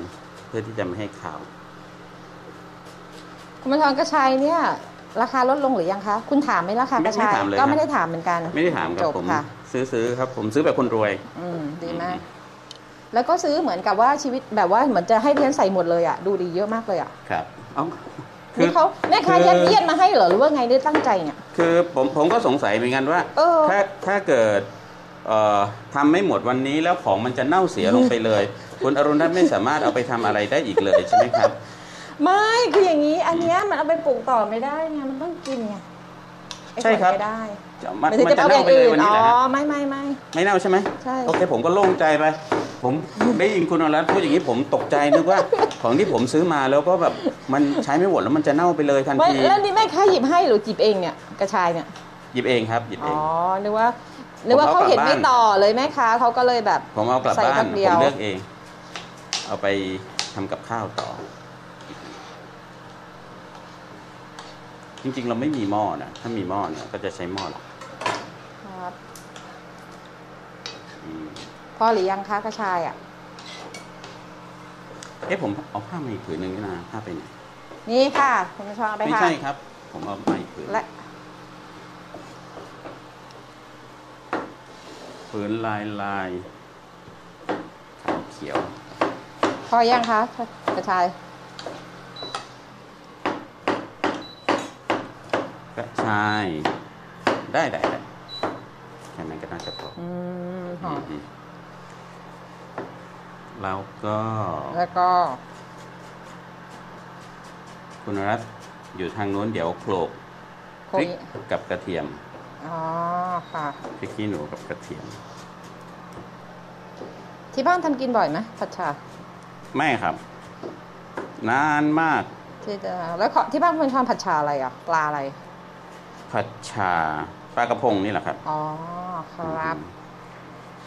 Speaker 3: เพื่อที่จะไม่ให้ขาว
Speaker 2: คุณบัญชรกระชายเนี่ย ราคาลดลงหรือยังคะ คุณถามไหมราคากระชาย
Speaker 3: ไม่ไม่ถามเลย
Speaker 2: ก็
Speaker 3: ครับ
Speaker 2: ไม่ได้ถามเหมือนกัน
Speaker 3: ไม่ได้ถามครั
Speaker 2: จ
Speaker 3: บบ ผม
Speaker 2: ค่ะ
Speaker 3: ซื้อซื้อครับ ผมซื้อแบบคนรวย
Speaker 2: อืม ดีมาก
Speaker 3: อืม
Speaker 2: แล้วก็ซื้อเหมือนกับว่าชีวิตแบบว่าเหมือนจะให้เพียนใส่หมดเลยอ่ะ ดูดีเยอะมากเลยอ่ะ
Speaker 3: ครับเอา
Speaker 2: นี่เขาแม่ค้ายัดเยียดมาให้เหรอหรือว่าไงได้ตั้งใจเนี่ย
Speaker 3: คือผมผมก็สงสัยเหมือนกันว่า
Speaker 2: เออ
Speaker 3: ถ้าถ้าเกิดเอ่อทำไม่หมดวันนี้แล้วของมันจะเน่าเสียลงไปเลย คุณอรุณรัตน์ไม่สามารถเอาไปทำอะไรได้อีกเลยใช่ไหมครับ
Speaker 2: ไม่คืออย่างนี้ อันเนี้ยมันเอาไปปลูกต่อไม่ได้ไงมันต้องกินไงไอ้
Speaker 3: ใช่ครับ
Speaker 2: ขวดไม่ได้
Speaker 3: จะมัน
Speaker 2: หายถึง
Speaker 3: มันจะ
Speaker 2: อ
Speaker 3: เน่าไปเลยวันนี้
Speaker 2: อ๋
Speaker 3: แห
Speaker 2: อ
Speaker 3: ละ
Speaker 2: ไม่ไม่ไม่
Speaker 3: ไม่เน่าใช่ไหม
Speaker 2: ใช่
Speaker 3: โอเคผมก็โล่งใจไป ผมได้ยินคุณอรุณรัตน์พูดอย่างนี้ผมตกใจนึกว่า ของที่ผมซื้อมาแล้วก็แบบมันใช้ไม่หมดแล้วมันจะเน่าไปเลยทัน
Speaker 2: ไม่
Speaker 3: ที
Speaker 2: แล้วนี่แม่ค้าหยิบให้หรือจิบเองเนี่ยกระชายเนี่ย
Speaker 3: หยิบเองครับหยิบเอ
Speaker 2: อ๋อง นึกว่านึกว่า
Speaker 3: ผม
Speaker 2: เขา
Speaker 3: เอากลับ
Speaker 2: เห็นไม่
Speaker 3: บ้าน
Speaker 2: ต่อเลยแม่ค้าเขาก็เลยแบบ
Speaker 3: ผมเอากลับ
Speaker 2: ใส่
Speaker 3: บ้า
Speaker 2: แป๊
Speaker 3: น
Speaker 2: บ
Speaker 3: ผม
Speaker 2: เดียว
Speaker 3: เลือกเอง เอาไปทำกับข้าวต่อ จริงๆ เราไม่มีหม้อนะถ้ามีหม้อเนี่ยก็จะใช้หม้อหรอก
Speaker 2: ครับ
Speaker 3: อืม
Speaker 2: พอหรือยังคะกระชายอ่ะ
Speaker 3: เอ๊ะผมเอาผ้ามาอีกผืนหนึ่งนี่นะผ้าไปไหน
Speaker 2: นี่ค่ะคุณผู้ชมเอาไป
Speaker 3: ไม่
Speaker 2: ค่ะ
Speaker 3: ใช่ครับ ผมเอามาอีกผืน
Speaker 2: และ
Speaker 3: ผืนลายลายขาวเขียว
Speaker 2: พอยังคะกระชาย
Speaker 3: ก็ใช่ได้ได้ได้แค่นั้นก็น่าจะพอ
Speaker 2: อืมหอม
Speaker 3: อืมแล้วก็
Speaker 2: แล้วก็
Speaker 3: คุณรัตน์อยู่ทางโน้นเดี๋ยวโขลก
Speaker 2: โค
Speaker 3: พริก
Speaker 2: ย
Speaker 3: กับกระเทียม
Speaker 2: อ๋อค่ะ
Speaker 3: พริกขี้หนูกับกระเทียม
Speaker 2: ที่บ้านทำกินบ่อยไหมผัดชา
Speaker 3: ไม่ครับ นานมาก
Speaker 2: ที่จะแล้วขอที่บ้านคุณชอบผัดชาอะไรอ่ะปลาอะไร
Speaker 3: ผัดชาปลากระพงนี่แหละครับ
Speaker 2: อ๋อครับ
Speaker 3: อืม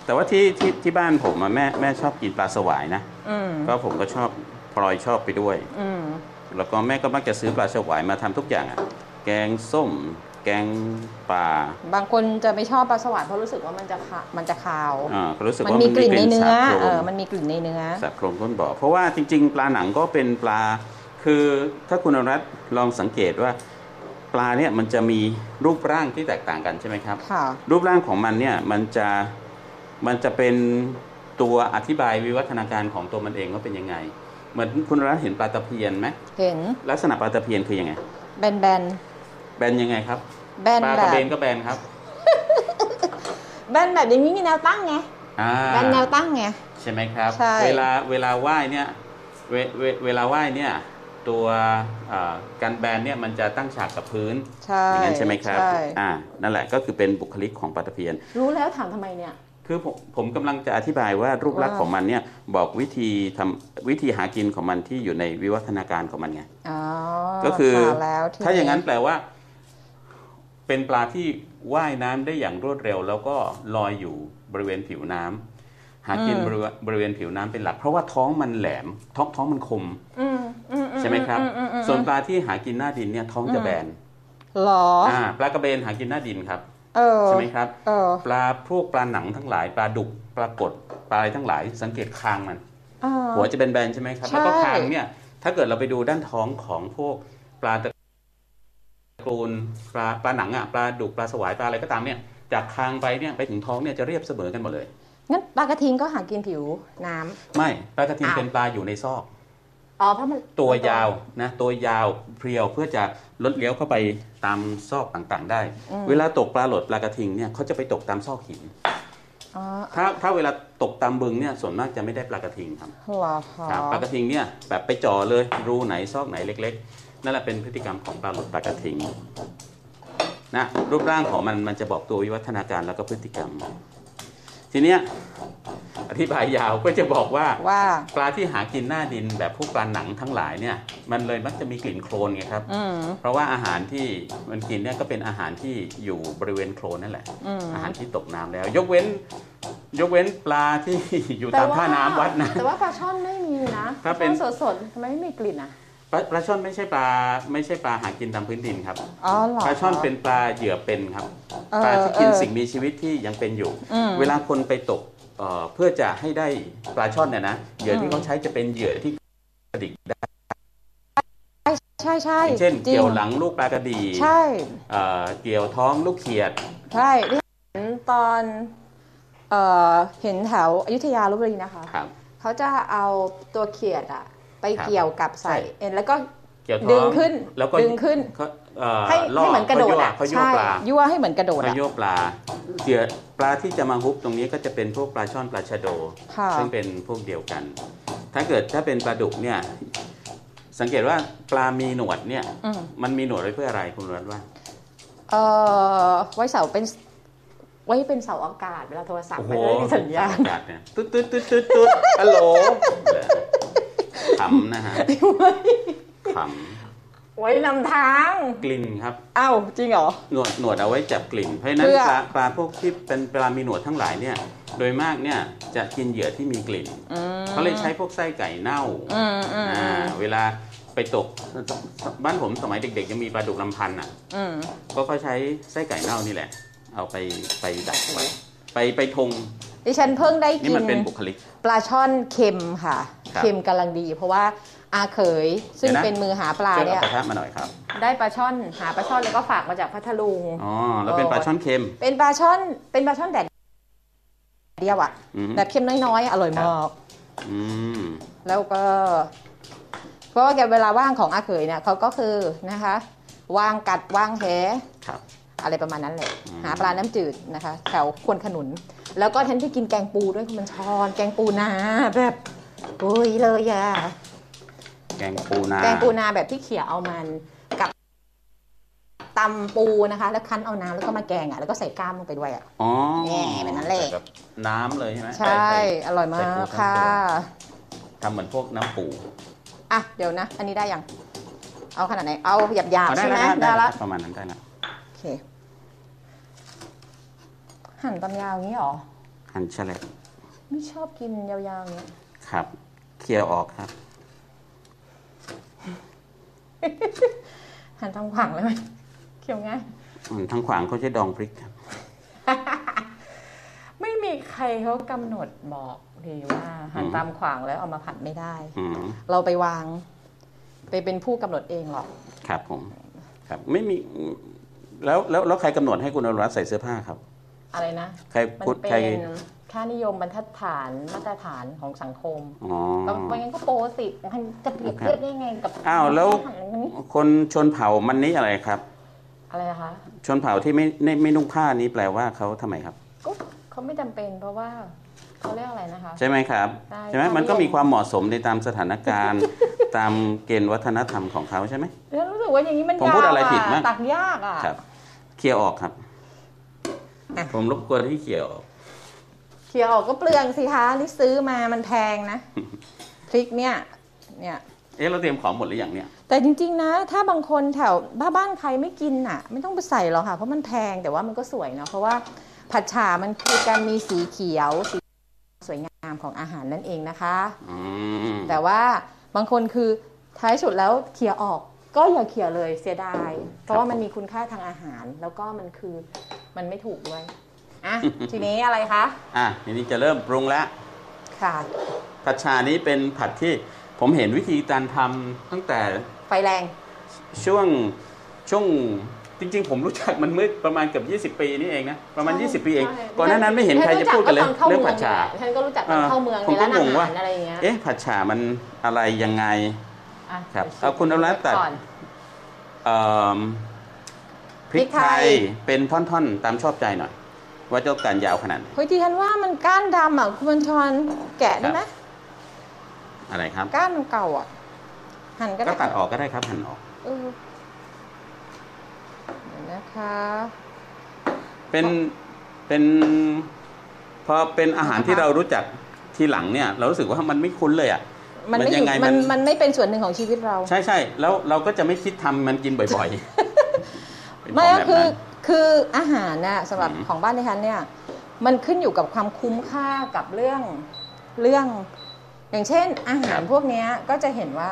Speaker 3: แต่ว่าที่ที่ที่บ้านผมอะแม่แม่ชอบกินปลาสวายนะ
Speaker 2: อืม
Speaker 3: ก็ผมก็ชอบพลอยชอบไปด้วย
Speaker 2: อืม
Speaker 3: แล้วก็แม่ก็มักจะซื้อปลาสวายมาทำทุกอย่างอะแกงส้ม แกงปลา
Speaker 2: บางคนจะไม่ชอบปลาสวายเพราะรู้สึกว่ามันจะขะมันจะคาว
Speaker 3: อ่าก็รู้สึก
Speaker 2: มัน
Speaker 3: ว่ามั
Speaker 2: มี
Speaker 3: น
Speaker 2: ก
Speaker 3: มี
Speaker 2: ลิ่น
Speaker 3: ก
Speaker 2: ใน
Speaker 3: ลิ่น
Speaker 2: เนื้อ
Speaker 3: สา
Speaker 2: บ
Speaker 3: โคร
Speaker 2: เออ
Speaker 3: น
Speaker 2: มันมีกลิ่นในเนื้อ
Speaker 3: สับโครงก้นบ่อเพราะว่าจริง ๆ ปลาหนังก็เป็นปลา คือถ้าคุณอนุรัตน์ลองสังเกตว่า ปลาเนี่ยมันจะมีรูปร่างที่แตกต่างกันใช่ไหมครับ
Speaker 2: ค่ะ
Speaker 3: รูปร่างของมันเนี่ยมันจะมันจะเป็นตัวอธิบายวิวัฒนาการของตัวมันเองว่าเป็นยังไง เหมือนคุณอนุรัตน์เห็นปลาตะเพียนไหม
Speaker 2: เห็น
Speaker 3: ลักษณะปลาตะเพียนคือยังไง
Speaker 2: แบนแบน
Speaker 3: แบนยังไงครับ
Speaker 2: ๆแบน
Speaker 3: ปลา
Speaker 2: แบ
Speaker 3: กระ
Speaker 2: บ
Speaker 3: เบนก็แบนครับ
Speaker 2: แบนแบบอย่างนี้มีแนวตั้งไง
Speaker 3: อ่า
Speaker 2: แบนแนวตั้งไง
Speaker 3: ใช่ไหมครับ
Speaker 2: ใช่
Speaker 3: เวลาเวลาไหว้เนี่ยเวเวเวลาไหว้เนี่ยตัวอ่าการแบนเนี่ยมันจะตั้งฉากกับพื้น
Speaker 2: ใช่
Speaker 3: อย่างนั้นใช่ไหมครับ
Speaker 2: ใช่
Speaker 3: อ่านั่นแหละก็คือเป็นบุคลิกของปลาตะเพียน
Speaker 2: รู้แล้วถามทำไมเนี่ย
Speaker 3: คือผมผมกำลังจะอธิบายว่ารูปลักษณ์
Speaker 2: ว่า
Speaker 3: ของมันเนี่ยบอกวิธีทำวิธีหากินของมันที่อยู่ในวิวัฒนาการของมันไง
Speaker 2: อ๋อ
Speaker 3: ก็คือ
Speaker 2: ผ่านแล้วที
Speaker 3: ถ้าอย่างนั้นแปลว่า เป็นปลาที่ว่ายน้ำได้อย่างรวดเร็ว แล้วก็ลอยอยู่บริเวณผิวน้ำหากินบริเวณบริเวณผิวน้ำเป็นหลัก เพราะว่าท้องมันแหลม ท้องท้องมันคม
Speaker 2: อืมอือื
Speaker 3: ใช่ไหมครับ
Speaker 2: อือือืม
Speaker 3: ส่วนปลาที่หากินหน้าดินเนี่ยท้องจะแบน
Speaker 2: หรอ
Speaker 3: อ่าปลากระเบนหากินหน้าดินครับ
Speaker 2: เออ
Speaker 3: ใช่ไหมครับ
Speaker 2: เออ
Speaker 3: ปลาพวกปลาหนังทั้งหลาย ปลาดุกปลากดปลาอะไรทั้งหลาย สังเกตคางมัน
Speaker 2: เออ
Speaker 3: หัวจะแบนๆใช่ไหมครับ
Speaker 2: ใช่
Speaker 3: แล้วก็คางเนี่ย ถ้าเกิดเราไปดูด้านท้องของพวกปลาตระกูลปลาปลาหนังอ่ะปลาดุกปลาสวายปลาอะไรก็ตามเนี่ย จากคางไปเนี่ยไปถึงท้องเนี่ยจะเรียบเสมอกันหมดเลย
Speaker 2: งั้นปลากระทิงก็หากินผิวน้ำ
Speaker 3: ไม่ปลากระทิง
Speaker 2: อ้าว
Speaker 3: เป็นปลาอยู่ในซอก
Speaker 2: อ๋อเพราะมัน
Speaker 3: ตัวยาวนะตัวยาวเพรียวเพื่อจะลดเลี้ยวเข้าไปตามซอกต่างๆ ได้ เวลาตกปลาโหลดปลากระทิงเนี่ยเขาจะไปตกตามซอกหิน
Speaker 2: อ๋อ
Speaker 3: ถ้าถ้าเวลาตกตามบึงเนี่ยส่วนมากจะไม่ได้ปลากระทิงครับ
Speaker 2: หรอ
Speaker 3: ครับปลากระทิงเนี่ยแบบไปจ่อเลยรูไหนซอกไหนเล็ก ๆ นั่นแหละเป็นพฤติกรรมของปลาหลดปลากระทิงนะรูปร่างของมันมันจะบอกตัววิวัฒนาการแล้วก็พฤติกรรม ทีเนี้ยอธิบายยาวก็จะบอกว่า
Speaker 2: ว่า
Speaker 3: ปลาที่หากินหน้าดินแบบพวกปลาหนังทั้งหลายเนี่ยมันเลยมักจะมีกลิ่นโคลนไงครับ
Speaker 2: อืม
Speaker 3: เพราะว่าอาหารที่มันกินเนี่ยก็เป็นอาหารที่อยู่บริเวณโคลนนั่นแหละ อาหารที่ตกน้ำแล้ว ยกเว้น ยกเว้นปลาที่ อยู่ตามท่าน้ำวัดนะ
Speaker 2: แต่ว่าปลาช่อนไม่มีนะ
Speaker 3: ถ้าเป็น
Speaker 2: ปลช่อนสดๆทำไมไม่มีกลิ่นอ่ะ
Speaker 3: ปลาปลาช่อนไม่ใช่ปลาไม่ใช่ปลาหากินตามพื้นดินครับ
Speaker 2: อ๋อเหรอ
Speaker 3: ปลาช่อนเป็นปลาเหยื่อเป็นครับ
Speaker 2: เออ
Speaker 3: ปลาที่กิน
Speaker 2: เออ
Speaker 3: สิ่งมีชีวิตที่ยังเป็นอยู่
Speaker 2: อืม
Speaker 3: เวลาคนไปตกเอ่อเพื่อจะให้ได้ปลาช่อนเนี่ยนะเหยื่อที่เขาใช้จะเป็นเหยื่อที่กระดิกได้
Speaker 2: ใช่ใช่
Speaker 3: อย่างเช่น
Speaker 2: จริง
Speaker 3: เกี่ยวหลังลูกปลากระดี
Speaker 2: ใช่
Speaker 3: เอ่อเกี่ยวท้องลูกเขียด
Speaker 2: ใช่ที่เห็นตอนเอ่อเห็นแถวอยุธยาลพบุรีนะคะ
Speaker 3: ครับ
Speaker 2: เขาจะเอาตัวเขียดอ่ะ ไป
Speaker 3: ครับ
Speaker 2: เกี่ยวกับใส่
Speaker 3: ใช่
Speaker 2: เอ็นแล้วก็
Speaker 3: เกี่ยวท้อง
Speaker 2: ดึงขึ้น
Speaker 3: แล้วก็
Speaker 2: ดึงขึ้น
Speaker 3: เขาเอ่อ
Speaker 2: ให้
Speaker 3: ล่อ
Speaker 2: ให้เหมือนกระโดดอ่ะ
Speaker 3: เขายั่ว
Speaker 2: ใช่
Speaker 3: ปลา
Speaker 2: ยั่วให้เหมือนกระโดด
Speaker 3: ปลา
Speaker 2: อ่ะ
Speaker 3: โยปลาเจือปลาที่จะมาฮุบตรงนี้ก็จะเป็นพวกปลาช่อนปลาชะโด
Speaker 2: ค่ะ
Speaker 3: ซึ่งเป็นพวกเดียวกัน ถ้าเกิดถ้าเป็นปลาดุกเนี่ย สังเกตว่าปลามีหนวดเนี่ย
Speaker 2: อืม
Speaker 3: มันมีหนวดไว้เพื่ออะไรคุณรัตน์ว่า
Speaker 2: เอ่อไว้เสาเป็นไว้เป็นเสาอากาศเวลาโทรศัพท์
Speaker 3: โอ้โห
Speaker 2: มันจะได้มีสัญญาณ
Speaker 3: อากาศเนี่ยตุ๊ดตุ๊ดตุ๊ดตุ๊ดตุ๊ดฮัล โหลเหรอขำนะฮะข
Speaker 2: ไว้นำทาง
Speaker 3: ำกลิ่นครับ
Speaker 2: เอ้าจริงเหรอ
Speaker 3: หนวดหนวดเอาไว้จับกลิ่น เพราะฉะนั้น
Speaker 2: เพื่อ
Speaker 3: ปลาปลาพวกที่เป็นปลามีหนวดทั้งหลายเนี่ย โดยมากเนี่ยจะกินเหยื่อที่มีกลิ่น
Speaker 2: อืม
Speaker 3: เขาเลยใช้พวกไส้ไก่เน่า
Speaker 2: อืมอืม
Speaker 3: อ่าเวลาไปตก บ้านผมสมัยเด็กๆยังมีปลาดุกลำพันธ์อ่ะ
Speaker 2: อืม
Speaker 3: ก็เขาใช้ไส้ไก่เน่านี่แหละ เอาไปไปดักไว้ ไปไปทง
Speaker 2: ดิฉันเพิ่งได้
Speaker 3: นี่
Speaker 2: กิ
Speaker 3: มัน นเป็นบุคลิก
Speaker 2: ปลาช่อนเค็มค่ะ
Speaker 3: ครับ
Speaker 2: เค็มกำลังดี เพราะว่าอาเขยซึ่งเป็นมือหาปลา
Speaker 3: เชื่อ
Speaker 2: เนี่
Speaker 3: เอา
Speaker 2: ย
Speaker 3: กระทะมาหน่อยครับ
Speaker 2: ได้ปลาช่อนหาปลาช่อนแล้วก็ฝากมาจากพัทลุง
Speaker 3: อ๋อ แล้วเป็นปลาช่อนเค็ม
Speaker 2: เป็นปลาช่อนเป็นปลาช่อนแดดเดียวอะ
Speaker 3: อืม
Speaker 2: แบบเค็มน้อยๆ อร่อยมาก
Speaker 3: อืม
Speaker 2: แล้วก็ เพราะว่าแกเวลาว่างของอาเขยเนี่ยเขาก็คือนะคะวางกัดวางแห
Speaker 3: ครับ
Speaker 2: อะไรประมาณนั้นแหละ
Speaker 3: อืม
Speaker 2: หาปลาน้ำจืดนะคะ แถวควนขนุน แล้วก็ท่านไปกินแกงปูด้วยคุณบัญชร แกงปูนาแบบอุ้ยเลยอะ
Speaker 3: แกงปูนา
Speaker 2: แกงปูนาแบบที่เขี่ยเอามันกับตำปูนะคะ แล้วคั้นเอาน้ำแล้วก็มาแกงอะแล้วก็ใส่กล้ามลงไปด้วยอะ
Speaker 3: อ๋อ
Speaker 2: แง่แบบนั้นแหละ
Speaker 3: บบน้ำเลยใช่ไหม
Speaker 2: ใช่
Speaker 3: ใส่
Speaker 2: อร่อยมากค่ะ
Speaker 3: ทำเหมือนพวกน้ำปู
Speaker 2: อ่ะ เดี๋ยวนะ อันนี้ได้ยัง เอาขนาดไหน เอาหยาบ
Speaker 3: เอา
Speaker 2: ๆ
Speaker 3: ได้
Speaker 2: ใช่ไหม
Speaker 3: แล้วได้
Speaker 2: ได้
Speaker 3: แล้
Speaker 2: ละ
Speaker 3: วประมาณนั้นได้แล้ว
Speaker 2: โอเค หั่นตำยาวอย่างนี้เหรอ
Speaker 3: หั่นแฉลบ
Speaker 2: ไม่ชอบกินยาวๆอย่างนี้
Speaker 3: ครับ เคลียร์ออกครับ
Speaker 2: หันทางขวางเลยไหมเคี้ยวง่าย
Speaker 3: อืมทางขวางเขาใช้ดองพริกครับ
Speaker 2: ไม่มีใครเขากำหนดบอกดีว่าหัน
Speaker 3: อืม
Speaker 2: ตามขวางแล้วเอามาผัดไม่ได้
Speaker 3: อืม
Speaker 2: เราไปวาง ไปเป็นผู้กำหนดเองหรอก
Speaker 3: ครับผม ครับ ไม่มีแล้วแล้วแล้วใครกำหนดให้คุณอนุรัตน์ใส่เสื้อผ้าครับ
Speaker 2: อะไรนะ
Speaker 3: ใคร
Speaker 2: มัน
Speaker 3: พูด
Speaker 2: เป็
Speaker 3: ใคร
Speaker 2: นค่านิยมบรรทัดฐานมาตรฐานของสังคม
Speaker 3: อ๋อ
Speaker 2: แล้วไม่งั้นก็โปสิมันจะเปรียบเทียบได้ไงกับ
Speaker 3: อ้าวแล้ว
Speaker 2: หันอย่างนี้
Speaker 3: คนชนเผ่ามันนี้อะไรครับ
Speaker 2: อะไรนะคะ
Speaker 3: ชนเผ่าที่ไม่ไม่ไม่นุ่งผ้านี้แปลว่าเขาทำไมครับ
Speaker 2: ก็เขาไม่จำเป็นเพราะว่าเขาเรียกอะไรนะคะ
Speaker 3: ใช่ไหมครับ
Speaker 2: ใช่
Speaker 3: ไหม
Speaker 2: ค่ะ
Speaker 3: มันก็มีความเหมาะสมในตามสถานการณ์ ตามเกณฑ์วัฒนธรรมของเขาใช่ไหม
Speaker 2: แล้วรู้สึกว่าอย่างนี้มัน
Speaker 3: ผมพูดอะไรผิดมั้
Speaker 2: ยาย วตักยากอ่ะ
Speaker 3: ครับ เคลียร์ออกครับ
Speaker 2: อ่ะ
Speaker 3: ผมรบกวนที่เคลียร์ออก
Speaker 2: เคี่ยวก็เปลืองสิคะที่ซื้อมามันแพง นะ พริกเนี่ย เนี่ย
Speaker 3: เอ๊ะเราเตรียมของหมดหรือยังเนี่ย
Speaker 2: แต่จริง ๆ นะ ถ้าบางคนแถวบ้านบ้านใครไม่กินอ่ะ ไม่ต้องไปใส่หรอกค่ะ เพราะมันแพงแต่ว่ามันก็สวยเนาะเพราะว่าผัดฉ่ามันคือการมีสีเขียวสีสวยงามของอาหารนั่นเองนะคะ
Speaker 3: อืม
Speaker 2: แต่ว่าบางคนคือท้ายสุดแล้วเขี่ยออกก็อย่าเขี่ยเลยเสียดาย เพราะว่ามันมีคุณค่าทางอาหาร แล้วก็มันคือมันไม่ถูกด้วยอ่ะ ทีนี้อะไรคะ
Speaker 3: อ่ะทีนี้จะเริ่มปรุงแล้ว
Speaker 2: ค่ะ
Speaker 3: ผัดชานี้เป็นผัดที่ผมเห็นวิธีการทำตั้งแต่
Speaker 2: ไฟแรง
Speaker 3: ช่วงช่วงจริง ๆ ผมรู้จักมันมืดประมาณเกือบ20 ปีนี่เองนะ ประมาณ 20 ปีเอง ก่อนหน้านั้นไม่เห็นใครจะพูดกันเลยเรื่องผัดชา
Speaker 2: ฉันก็รู้จักตอนเข้าเมือง
Speaker 3: เออ
Speaker 2: ในร้านอา
Speaker 3: ผมก็งง
Speaker 2: หา
Speaker 3: ว่า
Speaker 2: รอะไรอย่างเงี้ย
Speaker 3: เอ๊ะผัดชามันอะไรยังไง
Speaker 2: อ่ะ
Speaker 3: ครับ
Speaker 2: ชิม
Speaker 3: เอาคุณเอาแล้วแต่
Speaker 2: ก่อน
Speaker 3: เอิ่มพริ
Speaker 2: พ
Speaker 3: ก
Speaker 2: ริกไท
Speaker 3: ไท
Speaker 2: ย
Speaker 3: ยเป็นท่อนๆ ตามชอบใจหน่อย ว่าเจ้าการยาวขนาดไหน
Speaker 2: เฮ้ยที่ฉันว่ามันก้านดำอ่ะคุณบัญชรแกะได้ไหม
Speaker 3: อะไรครับ
Speaker 2: ก้านมันเก่าอ่ะ หั่นก็
Speaker 3: ก็
Speaker 2: ได้
Speaker 3: ตัดออกก็ได้ครับหั่นออก
Speaker 2: เออเดี๋ยวนะคะ
Speaker 3: เป็นเป็นพอเป็นอาหารที่เรารู้จักทีหลังเนี่ย เรารู้สึกว่ามันไม่คุ้นเลยอ่ะ
Speaker 2: มันไม่อ
Speaker 3: มันยั
Speaker 2: ยู่
Speaker 3: งไง
Speaker 2: มัน
Speaker 3: มัน
Speaker 2: มันไม่เป็นส่วนหนึ่งของชีวิตเรา
Speaker 3: ใช่ใช่แล้วเราก็จะไม่คิดทำมันกินบ่อยๆเป็น ข
Speaker 2: ไม่
Speaker 3: อง
Speaker 2: ก็
Speaker 3: แบบ
Speaker 2: คือ
Speaker 3: นั้น
Speaker 2: คืออาหารน่ะสำหรับ
Speaker 3: อืม
Speaker 2: ของบ้านดิฉันเนี่ย มันขึ้นอยู่กับความคุ้มค่ากับเรื่องเรื่อง อย่างเช่น อาหารพวกเนี้ยก็จะเห็นว่า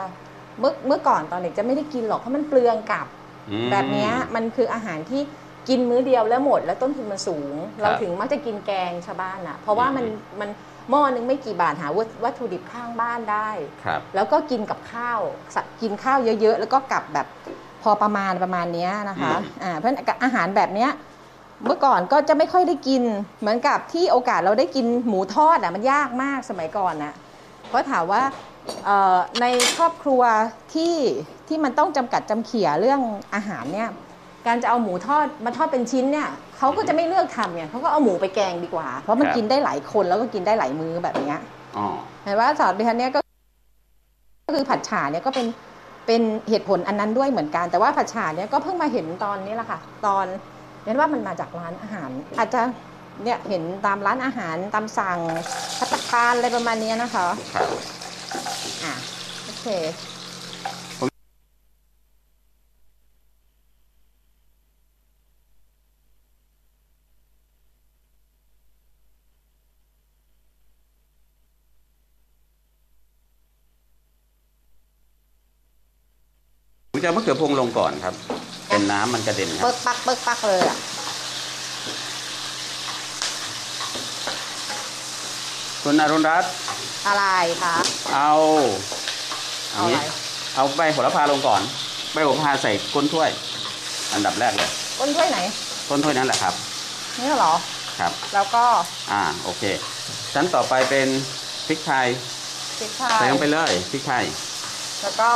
Speaker 2: เมื่อเมื่อก่อนตอนเด็กจะไม่ได้กินหรอกเพราะมันเปลืองกับ
Speaker 3: อืม
Speaker 2: แบบเนี้ยมันคืออาหารที่กินมื้อเดียวแล้วหมดแล้วต้นทุนมันสูง
Speaker 3: ครับ
Speaker 2: เราถึงมักจะกินแกงชาวบ้านอ่ะ เพราะว่ามัน
Speaker 3: อืม
Speaker 2: มันหม้อนึงไม่กี่บาทหาวัตวัตถุดิบข้างบ้านได้
Speaker 3: ครับ
Speaker 2: แล้วก็กินกับข้าวสะกินข้าวเยอะ ๆ แล้วก็กลับแบบพอประมาณประมาณเนี้ยนะคะ
Speaker 3: อืม
Speaker 2: อ่าเพราะฉะนั้นอาหารแบบเนี้ยเมื่อก่อนก็จะไม่ค่อยได้กิน เหมือนกับที่โอกาสเราได้กินหมูทอดอ่ะมันยากมากสมัยก่อนอ่ะเพราะถามว่าเอ่อในครอบครัวที่ที่มันต้องจำกัดจำเขี่ยเรื่องอาหารเนี่ยการจะเอาหมูทอดมาทอดเป็นชิ้นเนี่ยเขาก็จะไม่เลือกทำเนี่ยเขาก็เอาหมูไปแกงดีกว่า เพราะมันกินได้หลายคนแล้วก็กินได้หลายมื้อแบบเนี้ย
Speaker 3: อ๋อ
Speaker 2: เห็นว่าสอนดิฉันเนี่ยก็ก็คือผัดฉ่าเนี่ยก็เป็นเป็นเหตุผลอันนั้นด้วยเหมือนกัน แต่ว่าผัดฉ่าเนี่ยก็เพิ่งมาเห็นตอนนี้แหละค่ะ ตอนเรียนว่ามันมาจากร้านอาหาร อาจจะเนี่ยเห็นตามร้านอาหารตามสั่งพัตตาคารอะไรประมาณเนี้ยนะคะ
Speaker 3: ครับ
Speaker 2: อ่ะโอเค
Speaker 3: ผมจะเอามะเขือพวงลงก่อนครับ เป็นน้ำมันกระเด็นค
Speaker 2: เปิ
Speaker 3: รับ
Speaker 2: กปักเปิกปักเลยอ่ะ
Speaker 3: คุณอรุณรัตน์
Speaker 2: อะไรคะ
Speaker 3: เอา
Speaker 2: เอา
Speaker 3: น
Speaker 2: อะไร
Speaker 3: นี้เอาใบโหระพาลงก่อน ใบโหระพาใส่ก้นถ้วย อันดับแรกเลย
Speaker 2: ก้นถ้วยไหน
Speaker 3: ก้นถ้วยนั่นแหละครับ
Speaker 2: นี่เหรอ
Speaker 3: ครับ
Speaker 2: แล้วก็
Speaker 3: อ่า โอเค ชั้นต่อไปเป็นพริกไทย
Speaker 2: พริกไท
Speaker 3: ใส่
Speaker 2: ย
Speaker 3: ลงไปเลยพริกไทย
Speaker 2: แล้วก็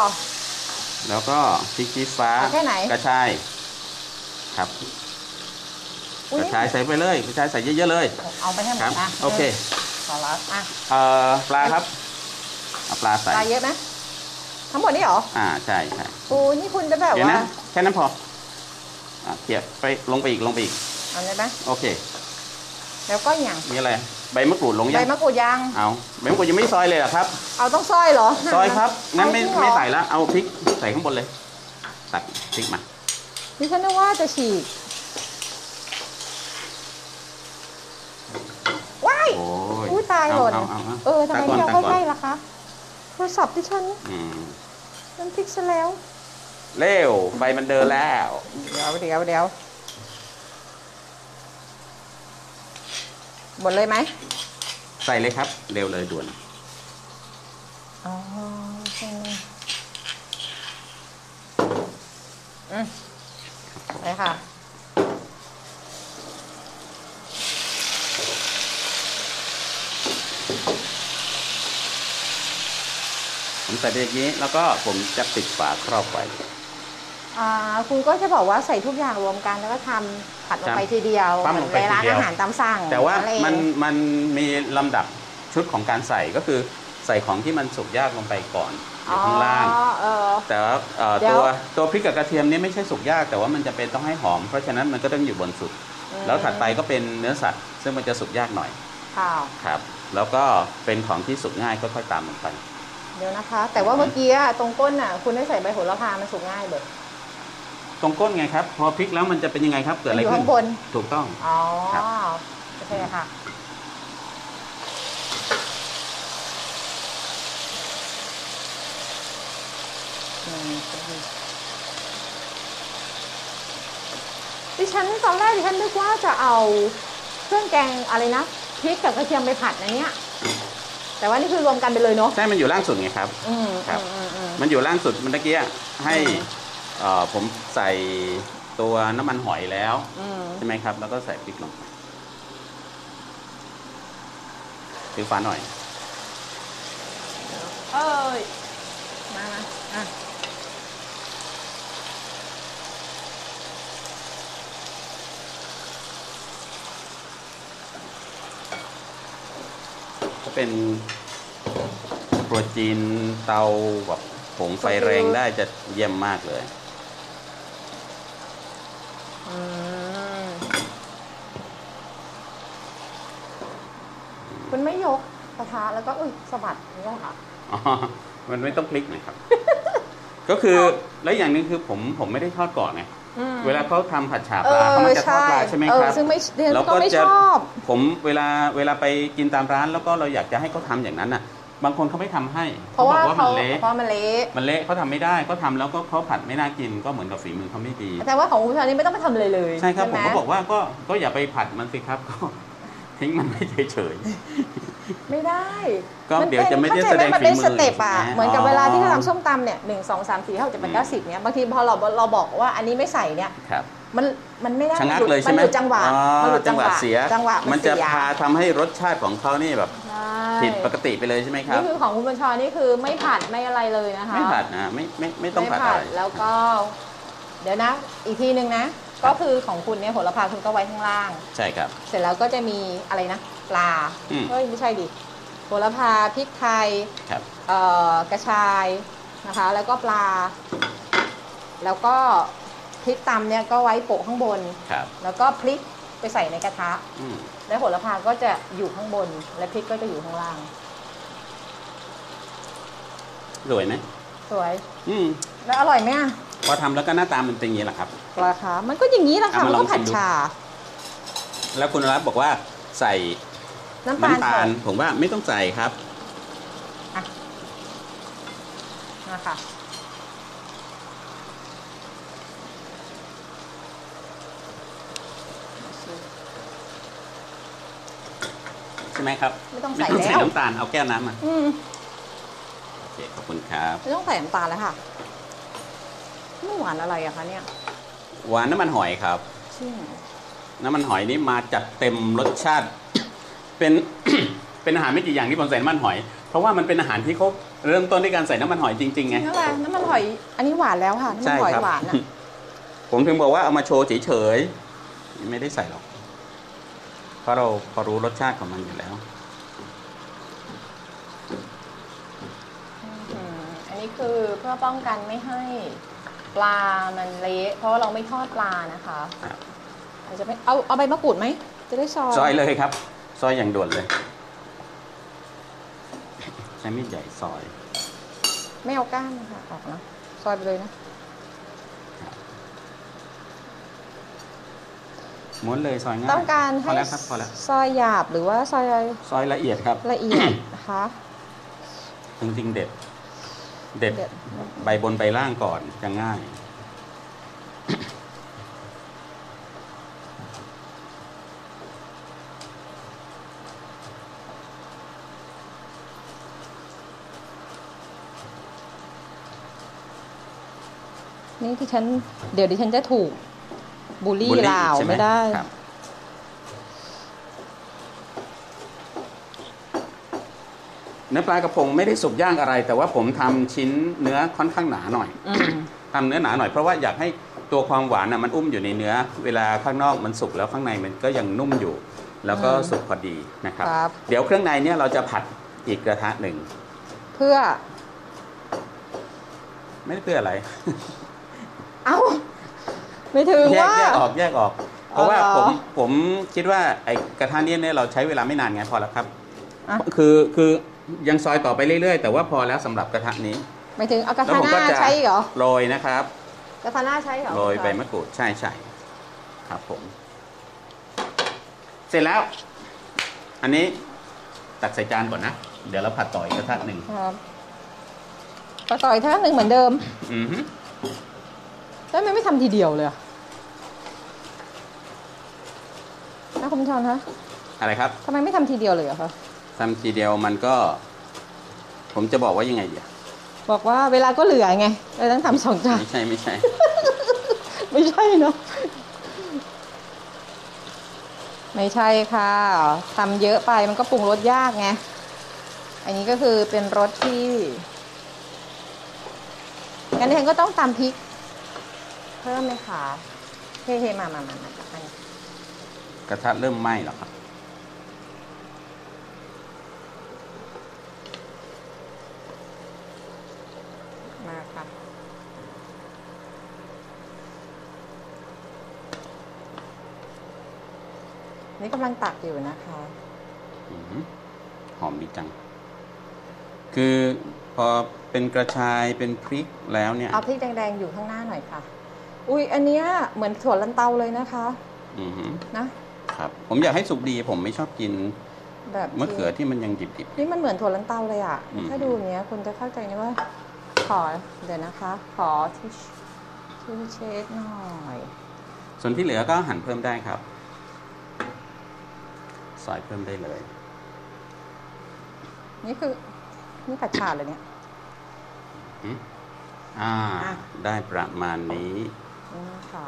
Speaker 3: แล้วก็พริกชี้ฟ้า
Speaker 2: เอาแค่ไหน
Speaker 3: กระชาย ครับ
Speaker 2: อุ้
Speaker 3: ก
Speaker 2: ย
Speaker 3: ระชายใส่ไปเลย กระชายใส่เยอะๆเลย
Speaker 2: เอาไปให้หม
Speaker 3: ครั
Speaker 2: ด
Speaker 3: บ
Speaker 2: นะ
Speaker 3: โอเค
Speaker 2: ขอรับอ่ะ
Speaker 3: เอ่อ ปลาครับเอาปลาใส่
Speaker 2: ปลาเยอะไหมทั้งหมดนี่เหรอ
Speaker 3: อ่า ใช่ใช่
Speaker 2: โอ้นี่คุณจะแบบ
Speaker 3: เดี๋ยว
Speaker 2: ว่า
Speaker 3: นะ แค่นั้นพอ อ่าเกี่ยไปลงไปอีกลงไปอีก
Speaker 2: เอาเลยไหม
Speaker 3: โอเค
Speaker 2: แล้วก็อย่าง
Speaker 3: มีอะไร ใบมะกรูดลง
Speaker 2: ใบ
Speaker 3: ยัง
Speaker 2: มะกรูดยาง
Speaker 3: เอาใบมะกรูดยังไม่ซอยเลยเหรอครับ
Speaker 2: เอาต้องซอยเหรอ
Speaker 3: ซอยครับ งั้นไม่
Speaker 2: เอาจริงเหรอ
Speaker 3: ไม่ใส่ละ เอาพริกใส่ข้างบนเลย ตักพริกมา
Speaker 2: ดิฉันนึกว่าจะฉีกว้าย
Speaker 3: โอ้ย
Speaker 2: อู้ตายหล่น
Speaker 3: เอาเอาเอา
Speaker 2: เออทำไม
Speaker 3: ตักก่อน
Speaker 2: เที่ยว
Speaker 3: ตัก
Speaker 2: ใก
Speaker 3: ก่อน
Speaker 2: ล้ๆล่ะคะโทรศัพท์ที่ฉัน
Speaker 3: อืม
Speaker 2: น้ำพริกซะแล้ว
Speaker 3: เร็ว ใบมันเดินแล้ว
Speaker 2: เดี๋ยวเดี๋ยวเดี๋ยวหมดเลยไหม
Speaker 3: ใส่เลยครับ เร็วเลยด่วน
Speaker 2: อ๋อใช่เลยอืมไปค่ะ
Speaker 3: ผมใส่ไปอย่างนี้ แล้วก็ผมจะปิดฝาครอบไว้
Speaker 2: อ่าคุณก็จะบอกว่าใส่ทุกอย่างรวมกันแล้วก็ทำผัดลงไป
Speaker 3: ครับ
Speaker 2: ทีเดียว
Speaker 3: ปั้
Speaker 2: เห
Speaker 3: ม
Speaker 2: มื
Speaker 3: ล
Speaker 2: อง น
Speaker 3: ไป
Speaker 2: ไป
Speaker 3: ที
Speaker 2: ร้าน
Speaker 3: เดียว
Speaker 2: อาหารตามสั่ง
Speaker 3: แต่ว่า
Speaker 2: อะไร
Speaker 3: มันมันมีลำดับชุดของการใส่ก็คือใส่ของที่มันสุกยากลงไปก่อนอยู่ข้างล่าง
Speaker 2: อ๋อเออ
Speaker 3: แต่ว่าเอ่อ
Speaker 2: เดี๋ยว
Speaker 3: ตัวตัวพริกกับกระเทียมนี่ไม่ใช่สุกยาก แต่ว่ามันจะเป็นต้องให้หอม เพราะฉะนั้นมันก็ต้องอยู่บนสุด แล้วถัดไปก็เป็นเนื้อสัตว์ซึ่งมันจะสุกยากหน่อย
Speaker 2: ข่าว
Speaker 3: ครับ แล้วก็เป็นของที่สุกง่ายค่อยๆตามลงไป
Speaker 2: เดี๋ยวนะคะ แต่ว่าเมื่อกี้อะตรงก้นอ่ะ คุณได้ใส่ใบโหระพามันสุกง่ายเบิด
Speaker 3: ตรงก้นไงครับ พอพลิกแล้วมันจะเป็นยังไงครับ เกิดอะไร
Speaker 2: อยู่
Speaker 3: ขึ้น
Speaker 2: ข้างบน
Speaker 3: ถูกต้อง
Speaker 2: อ๋อ
Speaker 3: ครับ
Speaker 2: โอเคค่ะ ดิฉันตอนแรกดิฉันนึกว่าจะเอาเครื่องแกงอะไรนะพริกกับกระเทียมไปผัดนะเนี่ย แต่ว่านี่คือรวมกันไปเลยเนาะ
Speaker 3: ใช่มันอยู่ล่างสุดไงครับ
Speaker 2: อืม
Speaker 3: ครับ
Speaker 2: อืมอืม
Speaker 3: มันอยู่ล่างสุดเมื่อกี้ให้
Speaker 2: อืม
Speaker 3: เอ่อผมใส่ตัวน้ำมันหอยแล้ว
Speaker 2: อืม
Speaker 3: ใช่ไหมครับ แล้วก็ใส่พริกลงไปถือฟ้าหน่อย
Speaker 2: เอ้ยมามาอ่ะ
Speaker 3: ก็เป็นโปรจีนเตาแบบผงไฟแรงได้จะเยี่ยมมากเลย
Speaker 2: อืมคุณไม่ยกกระทะแล้วก็อุ้ยสะบัดอย่างนี่หรอคะ
Speaker 3: อ๋อ มันไม่ต้องพลิกนะครับ ก็คือและอย่างหนึ่งคือผมผมไม่ได้ทอดก่อนไง
Speaker 2: อืม
Speaker 3: เวลาเขาทำผัดฉาปลาเขามักจะทอดปลาใช่ไหมครับ
Speaker 2: เออซึ่งไม่เรียน
Speaker 3: แล้ว
Speaker 2: ก็ไม่ชอบ
Speaker 3: ผมเวลาเวลาไปกินตามร้านแล้วก็เราอยากจะให้เขาทำอย่างนั้นน่ะ บางคนเขาไม่ทำให้
Speaker 2: เพราะ
Speaker 3: บ
Speaker 2: ว่า
Speaker 3: อกว่ามั
Speaker 2: เขา
Speaker 3: นเละ
Speaker 2: เพราะมันเละ
Speaker 3: มันเละเขาทำไม่ได้ก็ทำแล้วก็เขาผัดไม่น่ากินก็เหมือนกับฝีมือเขาไม่ดี
Speaker 2: แต่ว่าของคุณชานี่ไม่ต้องไปทำเลยเลย
Speaker 3: ใช่ครับผ
Speaker 2: ไห
Speaker 3: มก็บอกว่าก็ก็อย่าไปผัดมันสิครับ ก็ ทิ้งมันไม่เฉย
Speaker 2: ไม่ได้
Speaker 3: ก็เดี๋ยวจะไม่ได้
Speaker 2: เข้าจห
Speaker 3: แสดง
Speaker 2: มันเป็น
Speaker 3: ฝีมือ
Speaker 2: สเต็ปอ่ะ
Speaker 3: นะ
Speaker 2: เหมือนกับ
Speaker 3: อ๋อ
Speaker 2: เวลาที่เราทำส้มตำเนี่ยหนึ่งสองสามสี่ห้าหกเจ็ดแปดเก้าสิบเนี่ยบางทีพอเราเราบอกว่าอันนี้ไม่ใส่เนี่ย
Speaker 3: ๆครับ
Speaker 2: มันมันไม่ได้
Speaker 3: ชะงักเลยใช่ไห
Speaker 2: มั
Speaker 3: ม
Speaker 2: นหลุดจังหวะ
Speaker 3: อ๋อ
Speaker 2: มันหลุด
Speaker 3: จังหวะเสีย
Speaker 2: จังหวะ
Speaker 3: มัน นจะ
Speaker 2: เสีย
Speaker 3: พาทำให้รสชาติของเขานี่แบบ
Speaker 2: ใช่
Speaker 3: ผิดปกติไปเลยใช่ไหมครับ
Speaker 2: นี่คือของคุณบัญชานี่คือไม่ผัดไม่อะไรเลยนะคะ
Speaker 3: ไม่ผัดนะไม่ไม่ไม่ต้องผัด
Speaker 2: ไม่
Speaker 3: อะไร
Speaker 2: แล้วก็ เดี๋ยวนะ อีกทีหนึ่งนะ ก็คือของคุณเนี่ยโหระพาคุณก็ไว้ข้างล่าง
Speaker 3: ใช่ครับ
Speaker 2: เสร็จแล้วก็จะมีอะไรนะ ปลา
Speaker 3: อืม
Speaker 2: เฮ้ย ไม่ใช่ดิโหระพาพริกไทย
Speaker 3: ครับ
Speaker 2: เอ่อกระชายนะคะ แล้วก็ปลา แล้วก็พริกตำเนี่ยก็ไว้โปะข้างบน
Speaker 3: ครับ
Speaker 2: แล้วก็พริกไปใส่ในกระทะ
Speaker 3: อืม
Speaker 2: และโหระพาก็จะอยู่ข้างบน และพริกก็จะอยู่ข้างล่าง
Speaker 3: สวยไหม
Speaker 2: สวย
Speaker 3: อืม
Speaker 2: แล้วอร่อยไหมอะ
Speaker 3: พอทำแล้วก็หน้าตามันเป็นอย่างนี้แหละครับ
Speaker 2: ราคา มันก็อย่างนี้แหละค่ะ
Speaker 3: เอา
Speaker 2: มั
Speaker 3: มาน ลอง
Speaker 2: ก็ผัด
Speaker 3: ชิมดู
Speaker 2: ชา
Speaker 3: แล้วคุณรัตน์บอกว่าใส่
Speaker 2: น้ำตาล
Speaker 3: น้ำตาล
Speaker 2: สด
Speaker 3: ผมว่าไม่ต้องใส่ครับ
Speaker 2: นะคะ
Speaker 3: ใช่ไหมครับ
Speaker 2: ไม่ต้องใส่
Speaker 3: ไม่ต้องใส่
Speaker 2: แล้ว
Speaker 3: น้ำตาลเอาแก้วน้ำมา
Speaker 2: อืม
Speaker 3: โอเคขอบคุณครับ
Speaker 2: ไม่ต้องใส่น้ำตาลแล้วค่ะไม่หวานอะไรอะคะเนี่ย
Speaker 3: หวานน้ำมันหอยครับ
Speaker 2: ชื่อไหน
Speaker 3: น้ำมันหอยนี่มาจัดเต็มรสชาติ เป็น เป็นอาหารไม่กี่อย่างที่ผมใส่น้ำมันหอย เพราะว่ามันเป็นอาหารที่เขาเริ่มต้นด้วยการใส่น้ำมันหอยจริงๆไง
Speaker 2: น้ำมันน้ำมันหอย อันนี้หวานแล้วค่ะ น้ำมันหอย
Speaker 3: ครั
Speaker 2: หวานอะ
Speaker 3: ผมถึงบอกว่าเอามาโชว์เฉยๆไม่ได้ใส่หรอก เพราะเราพอรู้รสชาติของมันอยู่แล้ว
Speaker 2: อืมอันนี้คือเพื่อป้องกันไม่ให้ปลามันเละเพราะว่าเราไม่ทอดปลานะคะ
Speaker 3: ครับ
Speaker 2: อาจจะไม่เอาเอาใบมะกรูดไหม จะได้ซอย
Speaker 3: ซอยเลยครับ ซอยอย่างด่วนเลยใช้มีดใหญ่ซอย
Speaker 2: ไม่เอาก้านนะคะออกนะซอยไปเลยนะ
Speaker 3: ม้วนเลยซอยง่าย
Speaker 2: ต้องการ
Speaker 3: พ
Speaker 2: ให้
Speaker 3: อแล้วครับพอแล้ว
Speaker 2: ซอยหยาบหรือว่าซอย
Speaker 3: ซอยละเอียดครับ
Speaker 2: ละเอี ยด นะคะ
Speaker 3: จริงๆเด็ด เด็ด
Speaker 2: เดี๋ยว
Speaker 3: ใบบนใบล่างก่อนจะง่าย
Speaker 2: นี่ที่ฉันเดี๋ยวดิฉันจะถูกบูลลี่
Speaker 3: บูลลี่
Speaker 2: ลาว
Speaker 3: ใช่ห
Speaker 2: ไม่ได้
Speaker 3: ครับเนื้อปลากระพงไม่ได้สุกย่างอะไร แต่ว่าผมทำชิ้นเนื้อค่อนข้างหนาหน่อย
Speaker 2: อืม
Speaker 3: ทำเนื้อหนาหน่อยเพราะว่าอยากให้ตัวความหวานน่ะมันอุ้มอยู่ในเนื้อ เวลาข้างนอกมันสุกแล้วข้างในมันก็ยังนุ่มอยู่ แล้วก็
Speaker 2: อืม
Speaker 3: สุกพอดีนะครับ
Speaker 2: ครับ
Speaker 3: เดี๋ยวเครื่องในเนี่ยเราจะผัดอีกกระทะหนึ่ง
Speaker 2: เพื่อ
Speaker 3: ไม่ได้เพื่ออะไร
Speaker 2: เอ้า ไม่ถึง
Speaker 3: แยก
Speaker 2: ว่า
Speaker 3: แยกออกแยกออก เพราะว่า
Speaker 4: อ๋อเห
Speaker 3: ผ
Speaker 4: รอ
Speaker 3: มผมคิดว่าไอ้กระทะเนี่ยเนี่ยเราใช้เวลาไม่นานไงพอแล้วครับ
Speaker 2: อ่ะ
Speaker 3: คือคือยังซอยต่อไปเรื่อยๆ แต่ว่าพอแล้วสำหรับกระทะนี้
Speaker 2: หมายถึงเอากระ
Speaker 3: แล้ว
Speaker 2: ทะ
Speaker 3: ผม
Speaker 2: ห
Speaker 3: ก็
Speaker 2: น้า
Speaker 3: จะ
Speaker 2: ใช้เหรอ
Speaker 3: โรยนะครับ
Speaker 2: กระทะหน้าใช้เหรอ
Speaker 3: โรยใบมะกรูดใช่ใช่ครับผม เสร็จแล้ว อันนี้ตักใส่จานก่อนนะ เดี๋ยวเราผัดต่ออีกกระทะหนึ่ง
Speaker 2: ครับกระต่อยท่าหนึ่งเหมือนเดิม
Speaker 3: อือฮึ
Speaker 2: แล้วทำไมไม่ทำทีเดียวเลยอะนะคุณผู้ชมคะ
Speaker 3: อะไรครับ
Speaker 2: ทำไมไม่ทำทีเดียวเลยอะคะ
Speaker 3: ทำทีเดียวมันก็ ผมจะบอกว่ายังไงเดียว
Speaker 2: บอกว่าเวลาก็เหลือไงเลยต้องทำสองจาน
Speaker 3: ไม่ ใช่ไม่ใช่
Speaker 2: ไม่ใช่เนาะไม่ใช่ค่ะทำเยอะไปมันก็ปรุงรสยากไง อันนี้ก็คือเป็นรสที่งั้นเองก็ต้องตำพริก เพิ่มเลยค่ะเฮ้ๆมามามามาอันนี้
Speaker 3: กระทะเริ่มไหม้แล้วครับ
Speaker 2: มาค่ะ นี่กำลังตักอยู่นะคะ
Speaker 3: อืมหอมดีจัง คือพอเป็นกระชายเป็นพริกแล้วเนี่ย
Speaker 2: เอาพริกแดงๆ อยู่ข้างหน้าหน่อยค่ะ อุ้ยอันเนี้ยเหมือนถั่วลันเตาเลยนะคะ
Speaker 3: อือหือ
Speaker 2: นะ
Speaker 3: ครับ ผมอยากให้สุกดี ผมไม่ชอบกิน
Speaker 2: แบบ
Speaker 3: มะเขือที่มันยังดิบ
Speaker 2: นี่มันเหมือนถั่วลันเตาเลยอ่ะ
Speaker 3: อืม
Speaker 2: ถ้าดูอย่างเนี้ยคุณจะเข้าใจนะว่า ขอเดี๋ยวนะคะ ขอทิชชู่เช็ดหน่อย
Speaker 3: ๆ ส่วนที่เหลือก็หั่นเพิ่มได้ครับ ซอยเพิ่มได้เลย
Speaker 2: นี่คือนี่ผัดฉาเลยเนี่ย
Speaker 3: อ่า
Speaker 2: อ่ะ
Speaker 3: ได้ประมาณนี้
Speaker 2: อืมขอ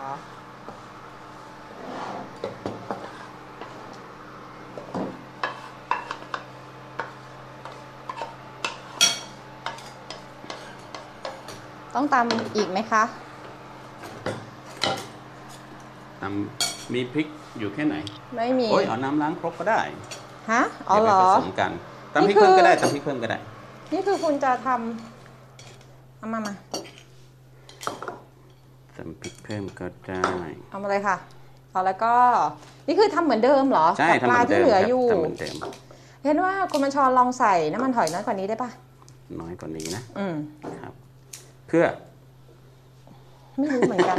Speaker 2: ต้องตำอีกไหมคะ
Speaker 3: น้ำมีพริกอยู่แค่ไหน
Speaker 2: ไม่มี
Speaker 3: โอ้ยเอาน้ำล้างครกก็ได้
Speaker 2: ฮะ อ๋อ
Speaker 3: เดี๋ยว
Speaker 2: เหร
Speaker 3: ไป
Speaker 2: อ
Speaker 3: ผสมกันตำพริก
Speaker 2: นี่คือ
Speaker 3: เพิ่มก็ได้ตำพริกเพิ่มก็ได้
Speaker 2: นี่คือคุณจะทำเอามามา
Speaker 3: ตำพริกเพิ่มก็ได้
Speaker 2: เอามาเลยค่ะเอาแล้วก็ นี่คือทำเหมือนเดิมเหรอ
Speaker 3: ใช่
Speaker 2: กับป
Speaker 3: ทำเห
Speaker 2: ลา
Speaker 3: มือน
Speaker 2: ที่
Speaker 3: เดิ
Speaker 2: เห
Speaker 3: ม
Speaker 2: ลือ
Speaker 3: ครับ
Speaker 2: อยู่
Speaker 3: ทำเหมือนเดิม
Speaker 2: เห็นว่าคุณบัญชรลองใส่น้ำมันหอยน้อยกว่านี้ได้ปะ
Speaker 3: น้อยกว่านี้นะ
Speaker 2: อืม
Speaker 3: ครับ เพื่อ
Speaker 2: ไม่รู้เหมือนกัน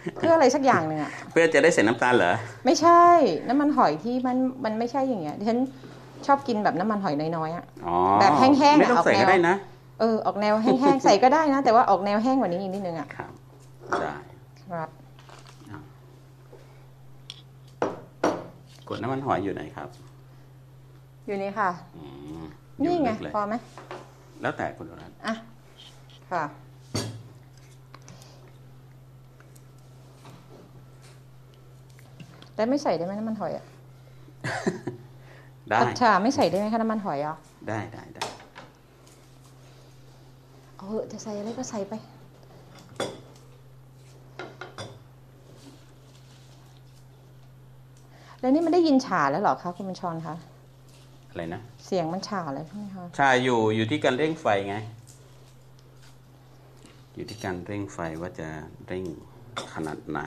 Speaker 2: เพื่ออะไรสักอย่างหนึ่งอะ
Speaker 3: เพื่อจะได้ใส่น้ำตาลเหรอ
Speaker 2: ไม่ใช่ น้ำมันหอยที่มันมันไม่ใช่อย่างเงี้ยดิฉันชอบกินแบบน้ำมันหอยน้อยๆอะ
Speaker 3: อ๋อ
Speaker 2: แบบแห้งๆ
Speaker 3: ไม่ต้อง
Speaker 2: อะออก
Speaker 3: ใส่ก็
Speaker 2: แนว
Speaker 3: ได้นะ
Speaker 2: เออออกแนวแห้งๆ ใส่ก็ได้นะ แต่ว่าออกแนวแห้งกว่านี้อีกนิดนึงอะ
Speaker 3: ครับได้
Speaker 2: ครับ
Speaker 3: กดน้ำมันหอยอยู่ไหนครับ
Speaker 2: อยู่นี่ค่ะ
Speaker 3: อืมอยู่
Speaker 2: นี่ไง
Speaker 3: ลึกเลย
Speaker 2: พอไหม
Speaker 3: แล้วแต่คุณอรัตน์
Speaker 2: อ่ะค่ะ แต่ไม่ใส่ได้ไหมน้ำมันหอยอะ
Speaker 3: ได้
Speaker 2: ผัดฉ่าไม่ใส่ได้ไหมคะน้ำมันหอยอ่ะ
Speaker 3: ได้ได้ได้
Speaker 2: เอาเหอะจะใส่อะไรก็ใส่ไป แล้วนี่มันได้ยินฉ่าแล้วเหรอคะคุณบัญชรคะ
Speaker 3: อะไรนะ
Speaker 2: เสียงมันฉ่าแล้วใช่ไหมคะ
Speaker 3: ชาอยู่อยู่ที่การเร่งไฟไง อยู่ที่การเร่งไฟว่าจะเร่งขนาดไหน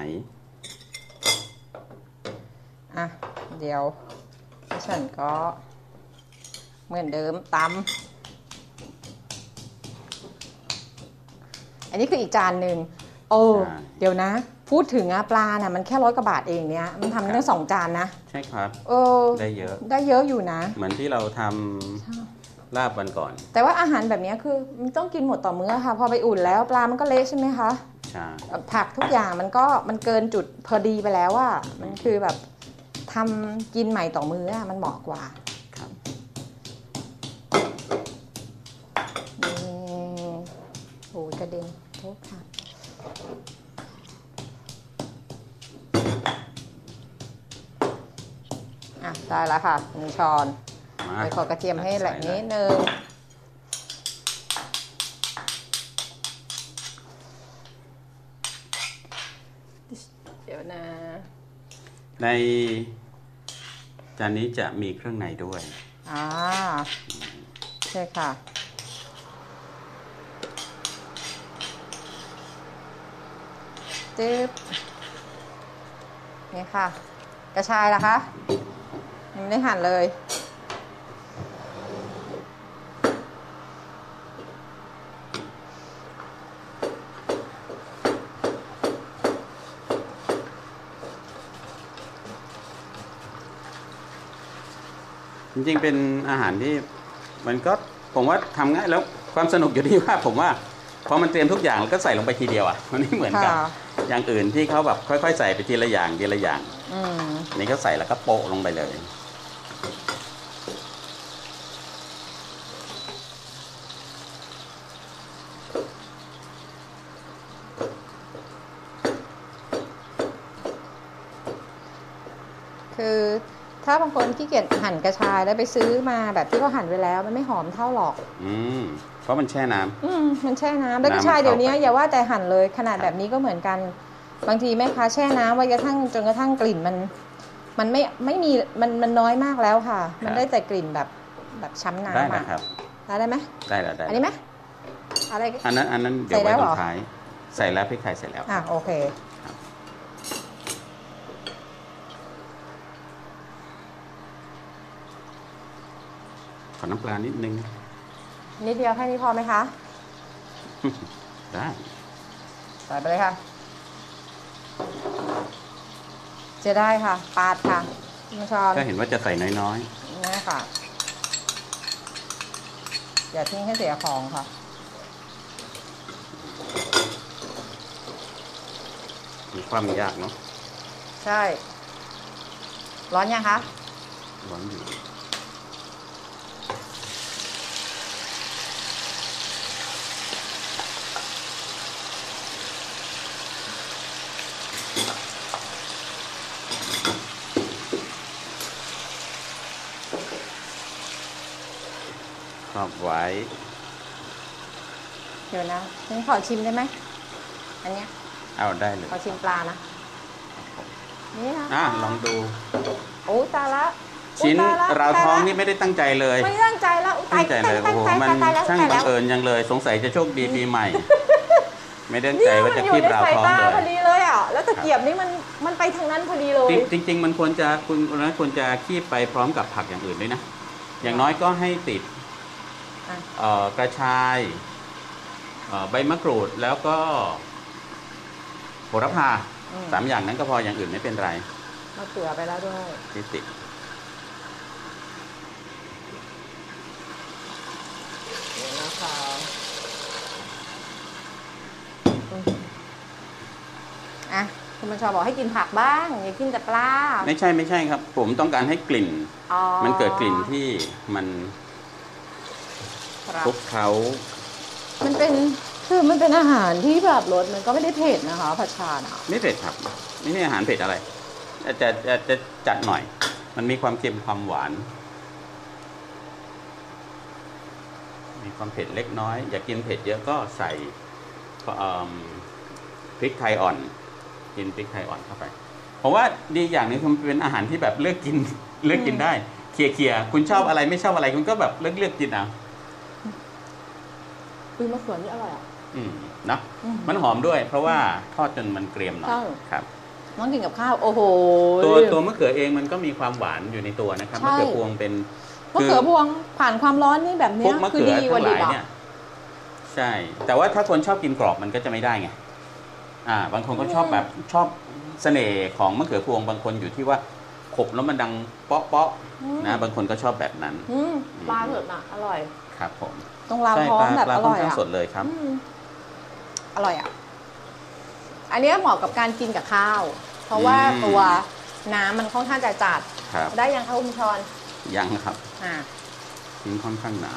Speaker 2: อ่ะ เดี๋ยวดิฉันก็ เหมือนเดิมตำอันนี้คืออีกจานหนึ่งโอ้
Speaker 3: ใช่
Speaker 2: เดี๋ยวนะ พูดถึงอะปลาน่ะมันแค่ร้อยกว่าบาทเองเนี้ยมันทำได้ตั้
Speaker 3: ครั
Speaker 2: ง
Speaker 3: บ
Speaker 2: สองจานนะ
Speaker 3: ใช่ครับ
Speaker 2: เออ
Speaker 3: ได้เยอะ
Speaker 2: ได้เยอะอยู่นะ
Speaker 3: เหมือนที่เราทำลาบวันก่อน
Speaker 2: แต่ว่าอาหารแบบเนี้ยคือมันต้องกินหมดต่อมื้อค่ะ พอไปอุ่นแล้วปลามันก็เละใช่ไหมคะ
Speaker 3: ชา
Speaker 2: ผักทุกอย่างมันก็มันเกินจุดพอดีไปแล้วอะมันคือแบบทำกินใหม่ต่อมื้ออะมันเหมาะกว่า
Speaker 3: ครับ
Speaker 2: อืมโอ้ยกระเด็นโทษค่ะ อ่ะ ได้แล้วค่ะหนึ่งช้อน
Speaker 3: มา
Speaker 2: ไปขอกระเทียมให้แหลกนิด
Speaker 3: ใส่
Speaker 2: นึง เดี๋ยวนะ
Speaker 3: ในจานนี้จะมีเครื่องในด้วย
Speaker 2: อ่าใช่ค่ะ จึ๊บ นี่ค่ะ กระชายล่ะคะยังไม่ได้หั่นเลย
Speaker 3: จริงๆ เป็นอาหารที่มันก็ผมว่าทำง่ายแล้วความสนุกอยู่ที่ว่าผมว่าพอมันเตรียมทุกอย่างแล้วก็ใส่ลงไปทีเดียวอ่ะ มันไม่เหมือนกับ
Speaker 2: ค่ะ
Speaker 3: อย่างอื่นที่เขาแบบค่อย ๆ ใส่ไปทีละอย่างทีละอย่าง
Speaker 2: อืม
Speaker 3: อันนี้เขาใส่แล้วก็โปะลงไปเลย
Speaker 2: คือถ้าบางคนขี้เกียจหั่นกระชายแล้วไปซื้อมาแบบที่เขาหั่นไว้แล้ว มันไม่หอมเท่าหรอก
Speaker 3: อืมเพราะมันแช่น้ำ
Speaker 2: อืมมันแช่น้ำแล้ว
Speaker 3: น้ำ
Speaker 2: กระชายเดี๋ยวนี้
Speaker 3: เข้าไป
Speaker 2: อย่าว่าแต่หั่นเลยขนาดแบบนี้ก็เหมือนกัน บางทีแม่ค้าแช่น้ำไว้กระทั่งจนกระทั่งกลิ่นมัน มันไม่ไม่มีมันมันน้อยมากแล้วค่ะ มันได้แต่กลิ่นแบบแบบช้ำน้ำ
Speaker 3: ได้
Speaker 2: อ่ะ
Speaker 3: นะครับ
Speaker 2: ได้ได้ไหม
Speaker 3: ได้แล้วได้
Speaker 2: อัน
Speaker 3: แล้
Speaker 2: นี้
Speaker 3: ว
Speaker 2: ไหมอะไร
Speaker 3: อันนั้นอันนั้นเดี๋ยว
Speaker 2: ใส่แล้วเห
Speaker 3: ไว้ตร
Speaker 2: รงอ
Speaker 3: ท้ายใส่แล้วพริกไทยใส่แล้ว
Speaker 2: อ่ะโอเค
Speaker 3: ขอน้ำปลานิดนึง
Speaker 2: นิดเดียวแค่นี้พอไหมคะ
Speaker 3: ได้
Speaker 2: ใส่ไปเลยค่ะเจะได้ค่ะ ปาดค่ะคุณชอน
Speaker 3: ก็เห็นว่าจะใส่น้อย
Speaker 2: นี่ค่ะ อย่าทิ้งให้เสียของค่ะ
Speaker 3: ๆมีความยากเนาะ
Speaker 2: ใช่ ร้อนยังคะ
Speaker 3: หวังอยู่ครอบไว้
Speaker 2: เดี๋ยวนะฉันขอชิมได้ไหม อันเนี้ย
Speaker 3: เอาได้เลย
Speaker 2: ขอชิมปลานะ นี่นะ
Speaker 3: อ่ะลองดู
Speaker 2: โอ้ตายละอุ๊ย
Speaker 3: ชิ้น
Speaker 2: ตยละ
Speaker 3: ราว
Speaker 2: ตยละ
Speaker 3: ท้องนี่ไม่ได้ตั้งใจเลย
Speaker 2: ไม่ตั้งใจแล้วอุ๊ยตา
Speaker 3: ตั้
Speaker 2: ย
Speaker 3: งใจเลย
Speaker 2: ตา
Speaker 3: โอ้โห
Speaker 2: ตา
Speaker 3: มัน
Speaker 2: ตาตายแล้ว
Speaker 3: ช่าง
Speaker 2: ตาย
Speaker 3: บั
Speaker 2: แล้
Speaker 3: ง
Speaker 2: ว
Speaker 3: เอิญยังเลย สงสัยจะโชคดีปีใหม่ ไม่ได้ตั้งใจ
Speaker 2: เนี่ยมั
Speaker 3: ว่าน จะ
Speaker 2: อยู่
Speaker 3: คีบ
Speaker 2: ใน
Speaker 3: ราว
Speaker 2: สาย
Speaker 3: ท้อง
Speaker 2: ตา
Speaker 3: เล
Speaker 2: พอย ดีเลยอ่ะ แล้วตะเกียบนี่มันมันไปทางนั้นพอดีเลย
Speaker 3: จริงจริง ๆ มันควรจะคุณนะควรจะคีบไปพร้อมกับผักอย่างอื่นด้วยนะ อย่างน้อยก็ให้ติด
Speaker 2: อ่ะ
Speaker 3: เอ่อกระชายเอ่อใบมะกรูดแล้วก็โหระพาสามอย่างนั้นก็พออย่างอื่นไม่เป็นไร
Speaker 2: มาเกลือไปแล้วด้วย
Speaker 3: ที่ติด
Speaker 2: เดี๋ยวนะคะอืมอ่ะ คุณบัญชาบอกให้กินผักบ้าง อย่ากินแต่ปลา
Speaker 3: ไม่ใช่ไม่ใช่ครับ ผมต้องการให้กลิ่น
Speaker 2: อ๋อ
Speaker 3: มันเกิดกลิ่นที่มัน
Speaker 2: ครับ
Speaker 3: คลุกเขา
Speaker 2: มันเป็นคือมันเป็นอาหารที่แบบรสมันก็ไม่ได้เผ็ดนะคะผัดชาน่ะ
Speaker 3: ไม่เผ็ดครับ ไม่ใช่อาหารเผ็ดอะไรจะจะจะจะจัดหน่อย มันมีความเค็มความหวาน มีความเผ็ดเล็กน้อย อยากกินเผ็ดเยอะก็ใส่เอิ่มพริกไทยอ่อน กินพริกไทยอ่อนเข้าไป เพราะว่าดีอย่างหนึงคือมันเป็นอาหารที่แบบเลือกกิน เลือกกินได้เคลียร์เคลียร์คุณชอบอะไรไม่ชอบอะไรคุณก็แบบเลือกเลือกกินเอา
Speaker 2: อุ้ยมะเขือนี่อร่อยอ่ะ
Speaker 3: อืมเนอะ
Speaker 2: อืม
Speaker 3: มันหอมด้วย เพราะว่าทอดจนมันเกรียมหน่อย
Speaker 2: ใช่
Speaker 3: ครับ
Speaker 2: น้องกินกับข้าว โอ้โห
Speaker 3: ตัวตัวมะเขือเองมันก็มีความหวานอยู่ในตัวนะครับ
Speaker 2: ใช่
Speaker 3: มะเขือพวงเป็น
Speaker 2: มะเขือพวงผ่านความร้อนนี่แบบ
Speaker 3: คือ
Speaker 2: เนี้
Speaker 3: พวย กมะ
Speaker 2: คือ
Speaker 3: เขือ
Speaker 2: ดีกว่าง
Speaker 3: ทั้ห
Speaker 2: ดิ
Speaker 3: ลาย
Speaker 2: บ
Speaker 3: เนี่ย
Speaker 2: อ่ะ
Speaker 3: ใช่ แต่ว่าถ้าคนชอบกินกรอบมันก็จะไม่ได้ไงอ่า บางคนก็ชอบแบบชอบเสน่ห์ของมะเขือพวง บางคนอยู่ที่ว่าขบแล้วมันดังเปาะเปาะๆนะบางคนก็ชอบแบบนั้น
Speaker 2: อืมปลาสดอ่ะ อร่อย
Speaker 3: ครับผม
Speaker 2: ตรงราว
Speaker 3: ใช่
Speaker 2: ท้อ
Speaker 3: ป
Speaker 2: ง
Speaker 3: ลา
Speaker 2: แบบ
Speaker 3: ปลา
Speaker 2: อ
Speaker 3: ค่
Speaker 2: ร่
Speaker 3: อน
Speaker 2: อย
Speaker 3: ข้าง
Speaker 2: อ่ะ
Speaker 3: สดเลยครับ
Speaker 2: อืมอร่อยอ่ะ อันเนี้ยเหมาะกับการกินกับข้าว เพราะว่า
Speaker 3: อืม
Speaker 2: ตัวน้ำมันค่อนข้างจะจัด
Speaker 3: ครับ
Speaker 2: ได้ยังคะคุณชร
Speaker 3: ยังครับ
Speaker 2: อ่ะ
Speaker 3: ทิ้งค่อนข้างหนา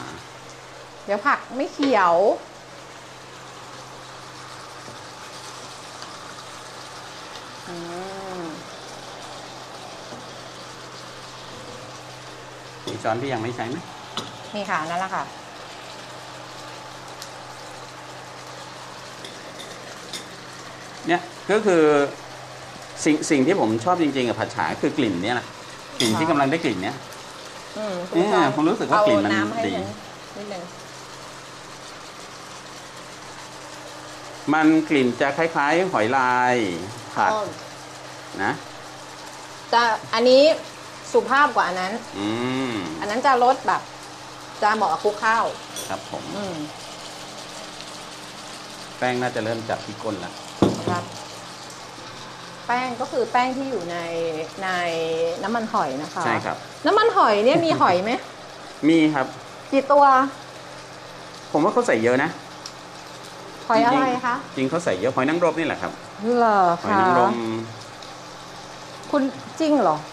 Speaker 2: เดี๋ยวผักไม่เขียว อืม
Speaker 3: มีช้อนที่ยังไม่ใช้ไหม
Speaker 2: นี่ค่ะ นั่นแหละค่ะ
Speaker 3: เนี่ยก็คือสิ่งสิ่งที่ผมชอบจริงๆกับผัดฉาคือกลิ่นเนี่ยแหละกลิ่นที่กำลังได้กลิ่นเนี่ย
Speaker 2: อืม
Speaker 3: เอ๊ะ
Speaker 2: ชร
Speaker 3: ผมรู้สึกว่ากลิ่นมัน
Speaker 2: เอำให้
Speaker 3: ดี
Speaker 2: ฉันิดนึง
Speaker 3: มันกลิ่นจะคล้าย ๆ หอยลายผัด
Speaker 2: อ้อม
Speaker 3: นะ
Speaker 2: จะอันนี้สุภาพกว่าอันนั้น
Speaker 3: อืม
Speaker 2: อันนั้นจะรสแบบจะเหมาะกับคลุกข้าว
Speaker 3: ครับผม
Speaker 2: อืม
Speaker 3: แป้งน่าจะเริ่มจับที่ก้นละ
Speaker 2: ครับ แป้งก็คือแป้งที่อยู่ในในน้ำมันหอยนะคะ
Speaker 3: ใช่ครับ
Speaker 2: น้ำมันหอยเนี่ยมีหอยไหม
Speaker 3: มีครับ
Speaker 2: กี่ตัว
Speaker 3: ผมว่าเขาใส่เยอะนะ
Speaker 2: หอยอะไรคะ
Speaker 3: จริงๆเขาใส่เยอะหอยนางรมนี่แหละครับ
Speaker 2: เหรอ
Speaker 3: หอยนางรม
Speaker 2: คุณจริงเหรอ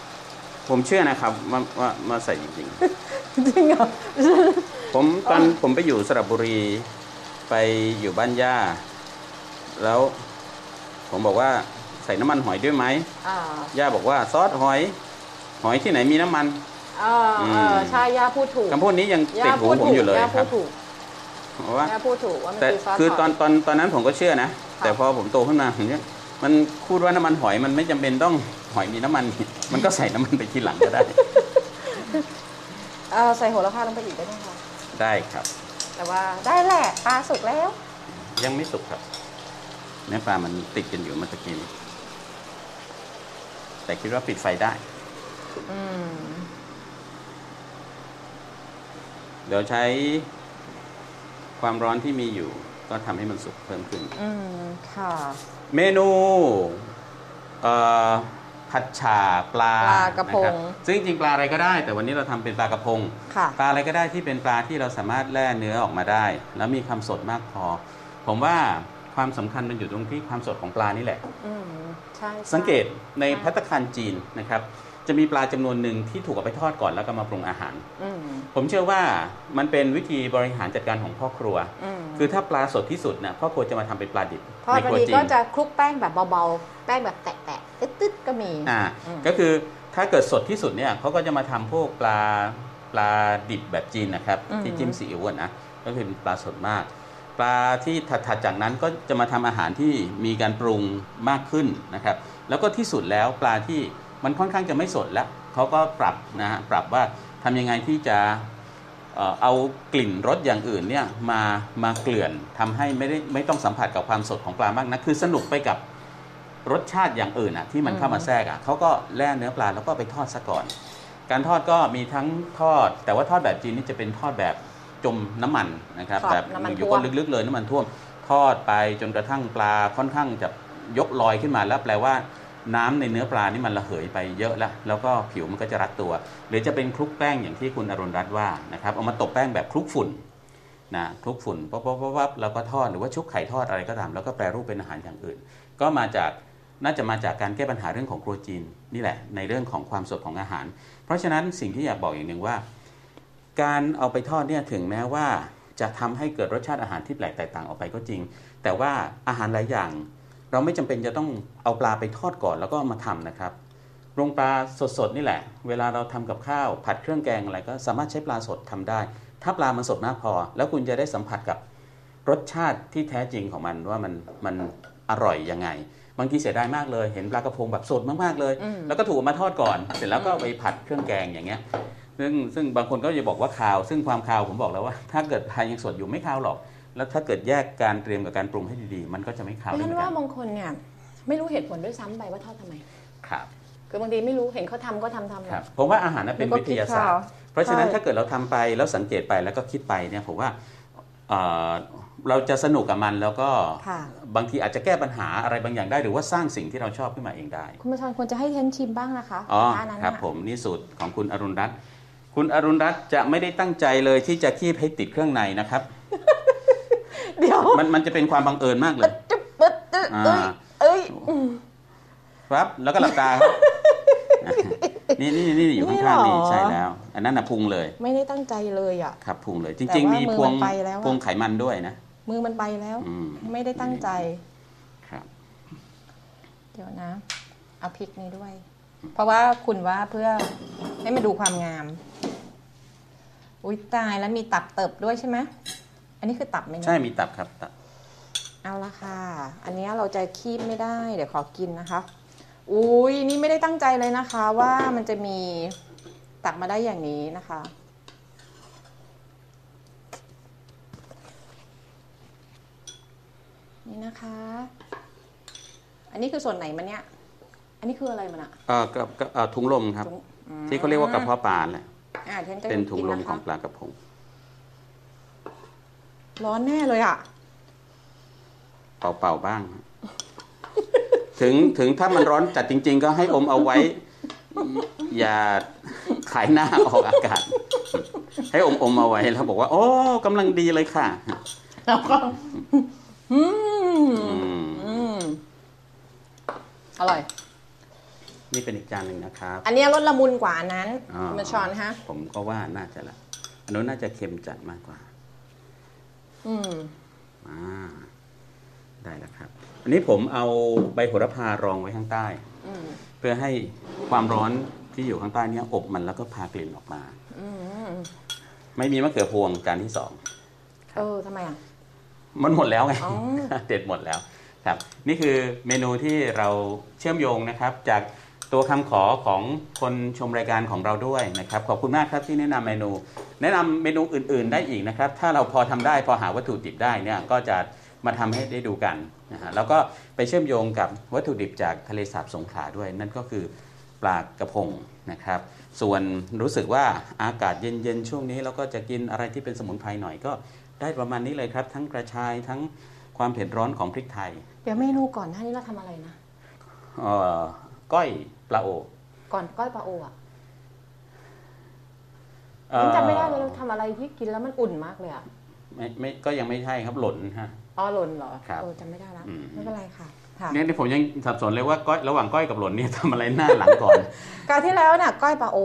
Speaker 3: ผมเชื่อนะครับว่าว่ามาใส่จริง
Speaker 2: จริงเหรอ
Speaker 3: ๆ ผมตอนผมไปอยู่สระบุรีไปอยู่บ้านย่า แล้ว ผมบอกว่าใส่น้ำมันหอยด้วยไหม
Speaker 2: อ่า
Speaker 3: ย่าบอกว่าซอสหอย หอยที่ไหนมีน้ำมัน
Speaker 2: เออเออใช่ย่าพูดถูก
Speaker 3: คำพูดนี้ยังติ
Speaker 2: ย่า
Speaker 3: ดหู
Speaker 2: พูด
Speaker 3: ผ
Speaker 2: ถู
Speaker 3: มอกยู่เลย
Speaker 2: ย่า
Speaker 3: ค
Speaker 2: พู
Speaker 3: รั
Speaker 2: ด
Speaker 3: บ
Speaker 2: ถูก
Speaker 3: เพราะว่า
Speaker 2: ย่าพูดถูกว่ามัน
Speaker 3: แต่
Speaker 2: คือซอสห
Speaker 3: คือ
Speaker 2: ย
Speaker 3: ตอนตอนตอนนั้นผมก็เชื่อนะ
Speaker 2: ค่ะ
Speaker 3: แต่พอผมโตขึ้นมาผมเนี่ยมันพูดว่าน้ำมันหอยมันไม่จำเป็นต้องหอยมีน้ำมัน มันก็ใส่น้ำมันไปทีหลังก็ได้
Speaker 2: เออใส่โหระพาลงไปอีกได้ไหมคะ
Speaker 3: ได้ครับ
Speaker 2: แต่ว่าได้แหละปลาสุกแล้ว
Speaker 3: ยังไม่สุกครับเนื้อปลามันติดกันอยู่เมื่อตะกี้นี้แต่คิดว่าปิดไฟได้
Speaker 2: อืม
Speaker 3: เดี๋ยวใช้ความร้อนที่มีอยู่ ก็ทำให้มันสุกเพิ่มขึ้น
Speaker 2: อืม ค่ะ
Speaker 3: เมนูเอ่อผัดฉ่าปลา
Speaker 2: ปลากระพง
Speaker 3: นคบซึ่งจริงๆปลาอะไรก็ได้ แต่วันนี้เราทำเป็นปลากระพง
Speaker 2: ค่ะ
Speaker 3: ปลาอะไรก็ได้ที่เป็นปลาที่เราสามารถแล่เนื้อออกมาได้ แล้วมีความสดมากพอ ผมว่าความสำคัญมันอยู่ตรงที่ความสดของปลานี่แหละ
Speaker 2: อืม ใช่ใช่
Speaker 3: สังเกตในพัตตาคารจีนนะครับ จะมีปลาจำนวนหนึ่งที่ถูกเอาไปทอดก่อนแล้วก็มาปรุงอาหาร
Speaker 2: อืม
Speaker 3: ผมเชื่อว่ามันเป็นวิธีบริหารจัดการของพ่อครัว
Speaker 2: อืม
Speaker 3: คือถ้าปลาสดที่สุดนะพ่อครัวจะมาทำเป็นปลาดิบ
Speaker 2: ทอด
Speaker 3: ใน
Speaker 2: พอ
Speaker 3: ครัว
Speaker 2: ดี
Speaker 3: จี
Speaker 2: ก็
Speaker 3: น
Speaker 2: จะคลุกแป้งแบบเบาๆ แป้งแบบแตะๆตึ๊ดๆ ก็มี
Speaker 3: อ่า
Speaker 2: อืม
Speaker 3: ก็คือถ้าเกิดสดที่สุดเนี่ยเขาก็จะมาทำพวกปลาปลาดิบแบบจีนนะครับ ที่จิ้มซีอิ๊วอะนะก็คือเป็นปลาสดมาก ปลาที่ถัดๆจากนั้นก็จะมาทำอาหารที่มีการปรุงมากขึ้นนะครับ แล้วก็ที่สุดแล้วปลาที่มันค่อนข้างจะไม่สดแล้วเขาก็ปรับนะฮะปรับว่าทำยังไงที่จะเอ่อเอากลิ่นรสอย่างอื่นเนี่ยมามาเกลื่อนทำให้ไม่ได้ไม่ต้องสัมผัสกับความสดของปลามากนะคือสนุกไปกับ รสชาติอย่างอื่นอ่ะที่มันเข้ามาแทรกอ่ะเขาก็แล่เนื้อปลาแล้วก็ไปทอดซะก่อน การทอดก็มีทั้งทอด แต่ว่าทอดแบบจีนนี่จะเป็นทอดแบบจมน้ำมันนะครับ
Speaker 2: ทอด
Speaker 3: แบบ
Speaker 2: น้ำมัน
Speaker 3: อ
Speaker 2: ท่
Speaker 3: ยู่
Speaker 2: ว
Speaker 3: ก้
Speaker 2: ม
Speaker 3: นลึกๆเลยน้ำมันท่วมทอดไปจนกระทั่งปลาค่อนข้างจะยกลอยขึ้นมาแล้วแปลว่าน้ำในเนื้อปลานี่มันระเหยไปเยอะละแล้วก็ผิวมันก็จะรัดตัว หรือจะเป็นคลุกแป้งอย่างที่คุณอรุณรัตน์ว่านะครับเอามาตบแป้งแบบคลุกฝุ่น นะคลุกฝุ่นป๊บป๊บป๊บป๊บแล้วก็ทอดหรือว่าชุบไข่ทอดอะไรก็ตาม แล้วก็แปรรูปเป็นอาหารอย่างอื่น ก็มาจากน่าจะมาจากการแก้ปัญหาเรื่องของครัวจีนนี่แหละ ในเรื่องของความสดของอาหาร เพราะฉะนั้นสิ่งที่อยากบอกอย่างหนึ่งว่า การเอาไปทอดเนี่ยถึงแม้ว่าจะทำให้เกิดรสชาติอาหารที่แปลกแตกต่างออกไปก็จริง แต่ว่าอาหารหลายอย่าง เราไม่จำเป็นจะต้องเอาปลาไปทอดก่อนแล้วก็เอามาทำนะครับโรงปลาสดๆนี่แหละ เวลาเราทำกับข้าว ผัดเครื่องแกงอะไรก็สามารถใช้ปลาสดทำได้ ถ้าปลามันสดมากพอ แล้วคุณจะได้สัมผัสกับรสชาติที่แท้จริงของมันว่ามันมันอร่อยยังไง บางทีเสียดายมากเลยเห็นปลากระพงแบบสดมากๆเลย แล้วก็ถูกเอามาทอดก่อน เสร็จแล้วก็เอาไปผัดเครื่องแกงอย่างเงี้ย ซึ่งซึ่งบางคนก็จะบอกว่าคาว ซึ่งความคาวผมบอกแล้วว่า ถ้าเกิดทานยังสดอยู่ไม่คาวหรอก แล้วถ้าเกิดแยกการเตรียมกับการปรุงให้ดีๆ มันก็จะไม่คาว
Speaker 2: เพราะ
Speaker 3: ด้วย
Speaker 2: ฉะ
Speaker 3: เห
Speaker 2: นั้
Speaker 3: มื
Speaker 2: น
Speaker 3: อนกั
Speaker 2: ว่าน บางคนเนี่ย ไม่รู้เหตุผลด้วยซ้ำไปว่าทอดทำไม
Speaker 3: ครับ
Speaker 2: คือบางทีไม่รู้เห็นเขาทำก็ทำทำ
Speaker 3: ครับผมว่าอาหารนั้นเป็น
Speaker 2: มันก็
Speaker 3: วิทยาศาสต
Speaker 2: คิดคา
Speaker 3: ร์
Speaker 2: ว
Speaker 3: เพราะฉะนั้น
Speaker 2: ใช่
Speaker 3: ถ้าเกิดเราทำไปแล้วสังเกตไปแล้วก็คิดไปเนี่ยผมว่าเอ่อเราจะสนุกกับมันแล้วก็
Speaker 2: ค่ะ
Speaker 3: บางทีอาจจะแก้ปัญหาอะไรบางอย่างได้ หรือว่าสร้างสิ่งที่เราชอบขึ้นมาเองได้
Speaker 2: คุณประชรควรจะให้เทนชิมบ้างนะคะ
Speaker 3: อ๋อ
Speaker 2: านนั้น
Speaker 3: ครับ
Speaker 2: น่ะ
Speaker 3: ผมนี่สูตรของคุณอรุณรัตน์คุณอรุณรัตน์จะไม่ได้ตั้งใจเลยที่จะคีบให้ติดเครื่องในนะครับ
Speaker 2: เดี๋ยว
Speaker 3: มันมันจะเป็นความบังเอิญมากเลย
Speaker 2: จะเปิดเอ้ย
Speaker 3: อ่า
Speaker 2: เอ้ยเอ้ย
Speaker 3: ครับ แล้วก็หลับตา ครับ นี่นี่นี่อยู่ข้างๆนี่
Speaker 2: นี่เหรอ
Speaker 3: ใช่แล้ว อันนั้นนะพุงเลย
Speaker 2: ไม่ได้ตั้งใจเลยอ่ะ
Speaker 3: ครับพุงเลย จ
Speaker 2: แต่
Speaker 3: ริง
Speaker 2: ว่ามื
Speaker 3: ๆมี
Speaker 2: อ
Speaker 3: พวง
Speaker 2: มันไปแล้วอะ
Speaker 3: พวงไขมันด้วยนะ
Speaker 2: มือมันไปแล้ว
Speaker 3: อืม
Speaker 2: ไม่ได้ตั้งใจ
Speaker 3: ครับ
Speaker 2: เดี๋ยวนะ เอาพริกนี้ด้วย เพราะว่าคุณว่าเพื่อให้มันดูความงาม อุ้ยตายแล้วมีตับเติบด้วยใช่ไหมอันนี้คือตับไหมเนี่ย
Speaker 3: ใช่มีตับครับตับ
Speaker 2: เอาละค่ะ อันนี้เราจะคีบไม่ได้ เดี๋ยวขอกินนะคะ อุ้ยนี่ไม่ได้ตั้งใจเลยนะคะ ว่ามันจะมีตักมาได้อย่างนี้นะคะ นี่นะคะ อันนี้คือส่วนไหนมันเนี่ย อันนี้คืออะไรมันอะ
Speaker 3: เอ่อกับกับเอ่อถุงลมครับ
Speaker 2: ถุงอืม
Speaker 3: ที่เขาเรียกว่ากระเพาะปลาแหละ
Speaker 2: อ่าฉันก็
Speaker 3: เป็นถุงลม
Speaker 2: กินนะคะ
Speaker 3: ของปลากระพง
Speaker 2: ร้อนแน่เลยอ่ะ
Speaker 3: เป่าๆบ้าง ถึงถึงถ้ามันร้อนจัดจริง ๆ ก็ให้อมเอาไว้ อย่าขายหน้าออกอากาศ ให้อมอมเอาไว้แล้วบอกว่า โอ้กำลังดีเลยค่ะ
Speaker 2: แล้วก็ อืม
Speaker 3: อืม
Speaker 2: อืมอร่อย
Speaker 3: นี่เป็นอีกจานหนึ่งนะครับ
Speaker 2: อันเนี้ยรสละมุนกว่าอันนั้น
Speaker 3: อ๋อ
Speaker 2: คุณบัญชอนฮะ
Speaker 3: ผมก็ว่าน่าจะละอันนู้นน่าจะเค็มจัดมากกว่า
Speaker 2: อืม
Speaker 3: อ่าได้แล้วครับ อันนี้ผมเอาใบโหระพารองไว้ข้างใต้
Speaker 2: อืม
Speaker 3: เพื่อให้ความร้อนที่อยู่ข้างใต้เนี้อบมันแล้วก็พากลิ่นออกมา
Speaker 2: อืม
Speaker 3: ไม่มีมะเขือพวงจานที่สอง
Speaker 2: เออทำไมอ่ะ
Speaker 3: มันหมดแล้วไง
Speaker 2: อ๋อ
Speaker 3: เด็ดหมดแล้วครับ นี่คือเมนูที่เราเชื่อมโยงนะครับ จากตัวคำขอของคนชมรายการของเราด้วยนะครับ ขอบคุณมากครับที่แนะนำเมนู แนะนำเมนูอื่น ๆ ได้อีกนะครับ ถ้าเราพอทำได้พอหาวัตถุดิบได้เนี่ยก็จะมาทำให้ได้ดูกันนะฮะแล้วก็ไปเชื่อมโยงกับวัตถุดิบจากทะเลสาบสงขลาด้วย นั่นก็คือปลากระพงนะครับ ส่วนรู้สึกว่าอากาศเย็นๆช่วงนี้เราก็จะกินอะไรที่เป็นสมุนไพรหน่อยก็ ได้ประมาณนี้เลยครับ ทั้งกระชายทั้งความเผ็ดร้อนของพริกไทย
Speaker 2: เดี๋ยวเมนูก่อนหน้านี้เราทำอะไรนะ
Speaker 3: เอ่อก้อยปลาโอ
Speaker 2: ก่อนก้อยปลาโออ่ะ
Speaker 3: เอ่อ
Speaker 2: ฉันจำไม่ได้เลยเราทำอะไรที่กินแล้วมันอุ่นมากเลยอ่ะ
Speaker 3: ไม่ไม่ก็ยังไม่ใช่ครับหล่นฮะ
Speaker 2: อ้อหล่นเหรอ
Speaker 3: ครับ
Speaker 2: เออจำไม่ได้ละ
Speaker 3: อืม
Speaker 2: ไม่เป็นไรค่ะค่ะ
Speaker 3: เนี่ยที่ผมยังสับสนเลยว่าก้อยระหว่างก้อยกับหล่นเนี่ยทำอะไรหน้าหลังก่อน
Speaker 2: คราวที่แล้วน่ะ ก้อยปลาโอ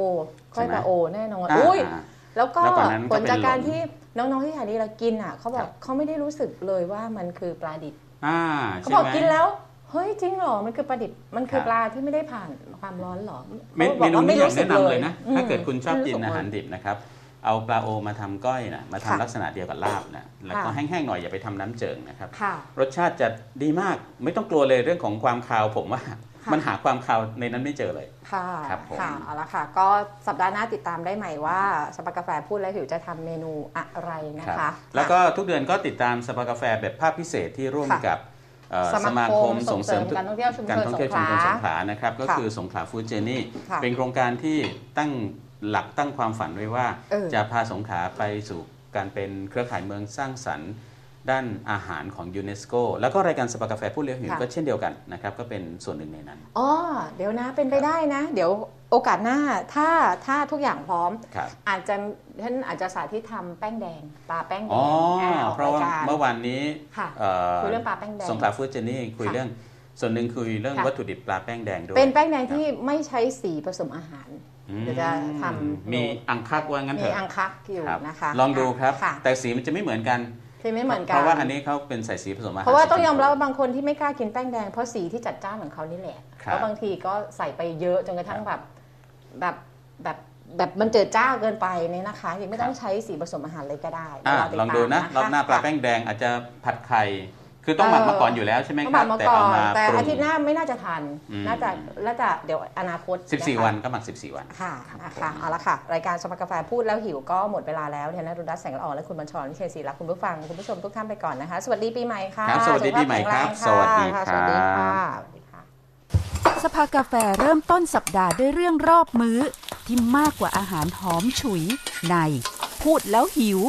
Speaker 3: ใช่ไห
Speaker 2: ก้อย
Speaker 3: ม
Speaker 2: ปลาโอแน่นอน
Speaker 3: อ่า
Speaker 2: อุ้ย
Speaker 3: อ่า
Speaker 2: แล้วก็
Speaker 3: แล้วก่อนนั้นก็
Speaker 2: ผลจากการ
Speaker 3: เป็นหล่น
Speaker 2: ที่น้องๆที่ถ่ายนี้เรากินอ่ะเขาบอก
Speaker 3: ครับ
Speaker 2: เขาไม่ได้รู้สึกเลยว่ามันคือปลาดิบ
Speaker 3: อ่า
Speaker 2: เขา
Speaker 3: ใช่
Speaker 2: บอก
Speaker 3: ไหม
Speaker 2: กินแล้ว เฮ้ยจริงเหรอ มันคือปลาดิบ มันคื
Speaker 3: ค
Speaker 2: อ
Speaker 3: รับ
Speaker 2: ปลาที่ไม่ได้ผ่านความร้อนเหรอ
Speaker 3: เม
Speaker 2: ขาบ
Speaker 3: เม
Speaker 2: อก
Speaker 3: นู
Speaker 2: ว่า
Speaker 3: นี้อยาก
Speaker 2: รู้สึ
Speaker 3: แนะนำเลยนะ
Speaker 2: อืม
Speaker 3: ถ้าเกิดคุณชอบกิน
Speaker 2: ไม่สึ
Speaker 3: อาหาร
Speaker 2: เลย
Speaker 3: ดิบนะครับ เอาปลาโอมาทำก้อยนะมาทำ
Speaker 2: ค่ะ
Speaker 3: ลักษณะเดียวกับลาบนะแล้วก็
Speaker 2: ค่ะ
Speaker 3: แห้งๆหน่อยอย่าไปทำน้ำเจิงนะครับ
Speaker 2: ค่ะ
Speaker 3: รสชาติจะดีมากไม่ต้องกลัวเลยเรื่องของความคาวผมว่า
Speaker 2: ค่ะ
Speaker 3: มันหาความคาวในนั้นไม่เจอเลย
Speaker 2: ค่ะ
Speaker 3: ครับผม
Speaker 2: ค่ะเอาละค่ะ ก็สัปดาห์หน้าติดตามได้ใหม่ว่าสปากาแฟพูดแล้วหิวจะทำเมนูอะไรนะ
Speaker 3: ค
Speaker 2: คะ
Speaker 3: รับแล้วก็ทุกเดือนก็ติดตามสภากาแฟแบบภาพพิเศษที่ร่วม
Speaker 2: ค่ะ
Speaker 3: กับเอ่อ
Speaker 2: สมาคมส่งเสริม
Speaker 3: ธุ
Speaker 2: การท่องเที่ยวชุมช
Speaker 3: การ
Speaker 2: น
Speaker 3: ท่อง
Speaker 2: สง
Speaker 3: เที่ยว
Speaker 2: ข
Speaker 3: ชุม
Speaker 2: ลา
Speaker 3: ชนสงขลานะครับก็
Speaker 2: ค่ะ
Speaker 3: คือสงขลาฟู้ดเจอร์นี่
Speaker 2: ค่ะ
Speaker 3: เป็นโครงการที่ตั้งหลักตั้งความฝันไว้ว่า
Speaker 2: เออ
Speaker 3: จะพาสงขลาไปสู่การเป็นเครือข่ายเมืองสร้างสรรค์ ด้านอาหารของยูเนสโกแล้วก็รายการสปากาแฟพูดเลี้ยวหิวก็เช่นเดียวกันนะครับก็เป็นส่วนหนึ่งในนั้น
Speaker 2: อ๋อเดี๋ยวนะเป็นไปได้นะ เดี๋ยวโอกาสหน้าถ้าถ้าทุกอย่างพร้อม
Speaker 3: ครับ
Speaker 2: อาจจะท่านอาจจะสาธิตทำแป้งแดงปลาแป้งแด
Speaker 3: อ๋อง
Speaker 2: าออก
Speaker 3: เพราะ
Speaker 2: ย
Speaker 3: ว่าก เมื่อวานนี้
Speaker 2: ค่ะ
Speaker 3: เอ่อ
Speaker 2: คุยเรื่องปลาแป้งแดง
Speaker 3: สงขลาฟู้ดเจอร์นี่คุย
Speaker 2: ค่ะ
Speaker 3: เรื่องส่วนหนึ่งคุยเรื่อง
Speaker 2: ค่ะ
Speaker 3: วัตถุดิบปลาแป้งแดงด้วย
Speaker 2: เป็นแป้งแดงที่ไม่ใช้สีผสมอาหาร
Speaker 3: อืม
Speaker 2: เดี๋ยวจะทำ
Speaker 3: มีอังคักว่างั้นเถ
Speaker 2: มี
Speaker 3: อะ
Speaker 2: อังคักอยู่
Speaker 3: ครับ
Speaker 2: นะคะ
Speaker 3: ลองดูครับ
Speaker 2: ค่ะ
Speaker 3: แต่สีมันจะไม่เหมือนกัน
Speaker 2: ที่ไม่เหมือนกัน
Speaker 3: เพราะว่าอันนี้เขาเป็นใส่สีผสมอาหาร
Speaker 2: เพราะว่าต้องยอมรับว่าบางคนที่ไม่กล้ากินแป้งแดงเพราะสีที่จัดจ้านของเขานี่แหละ
Speaker 3: ครับ
Speaker 2: แล้วบางทีก็ใส่ไปเยอะจนกระทั่งแบบแบบแบบแบบมันเจิดจ้าเกินไปเนี่ยนะคะยังไม่ต้อ
Speaker 3: ค
Speaker 2: ง
Speaker 3: รับ
Speaker 2: ใช้สีผสมอาหารเลยก็ได้
Speaker 3: อ่า
Speaker 2: เยวเราติ
Speaker 3: ลองดูนะ
Speaker 2: ตาม
Speaker 3: รอบหน้าปลาแป้งแดงอาจจะผัดไข่คือต้องหมักมาก่อนอยู่แล้วใช่ไหม
Speaker 2: ต้องบ
Speaker 3: ครั
Speaker 2: อบ กมาก่อน
Speaker 3: แต่เอามา
Speaker 2: แต่
Speaker 3: ปรุ
Speaker 2: อาง ทิตย์หน้าไม่น่าจะทัน
Speaker 3: อืม
Speaker 2: น่าจะน่าจะเดี๋ยวอนาคตะ
Speaker 3: 14
Speaker 2: คะ
Speaker 3: วันก็หมัก 14 วัน
Speaker 2: ค่ะนะคะ
Speaker 3: ผม
Speaker 2: เอาละค่ะ รายการสมัครกาแฟพูดแล้วหิวก็หมดเวลาแล้วเนี่ยนะรุนดัสแสงละออนและคุณบัญชรวิเชียรศรีรักคุณผู้ฟังคุณผู้ชมทุกท่านไปก่อนนะคะ สวัสดีปีใหม่ค่ะ
Speaker 3: ครับสวัสดีปีใหม่ครับ สวัสดีค
Speaker 2: สุขภาพแข็งแรงค่ะสวัสดี
Speaker 3: รั
Speaker 2: ค่ะส
Speaker 3: บ
Speaker 2: วัสดีค่ะ
Speaker 1: สภากาแฟเริ่มต้นสัปดาห์ด้วยเรื่องรอบมื้อ ที่มากกว่าอาหารหอมฉุย ใน พูดแล้วหิว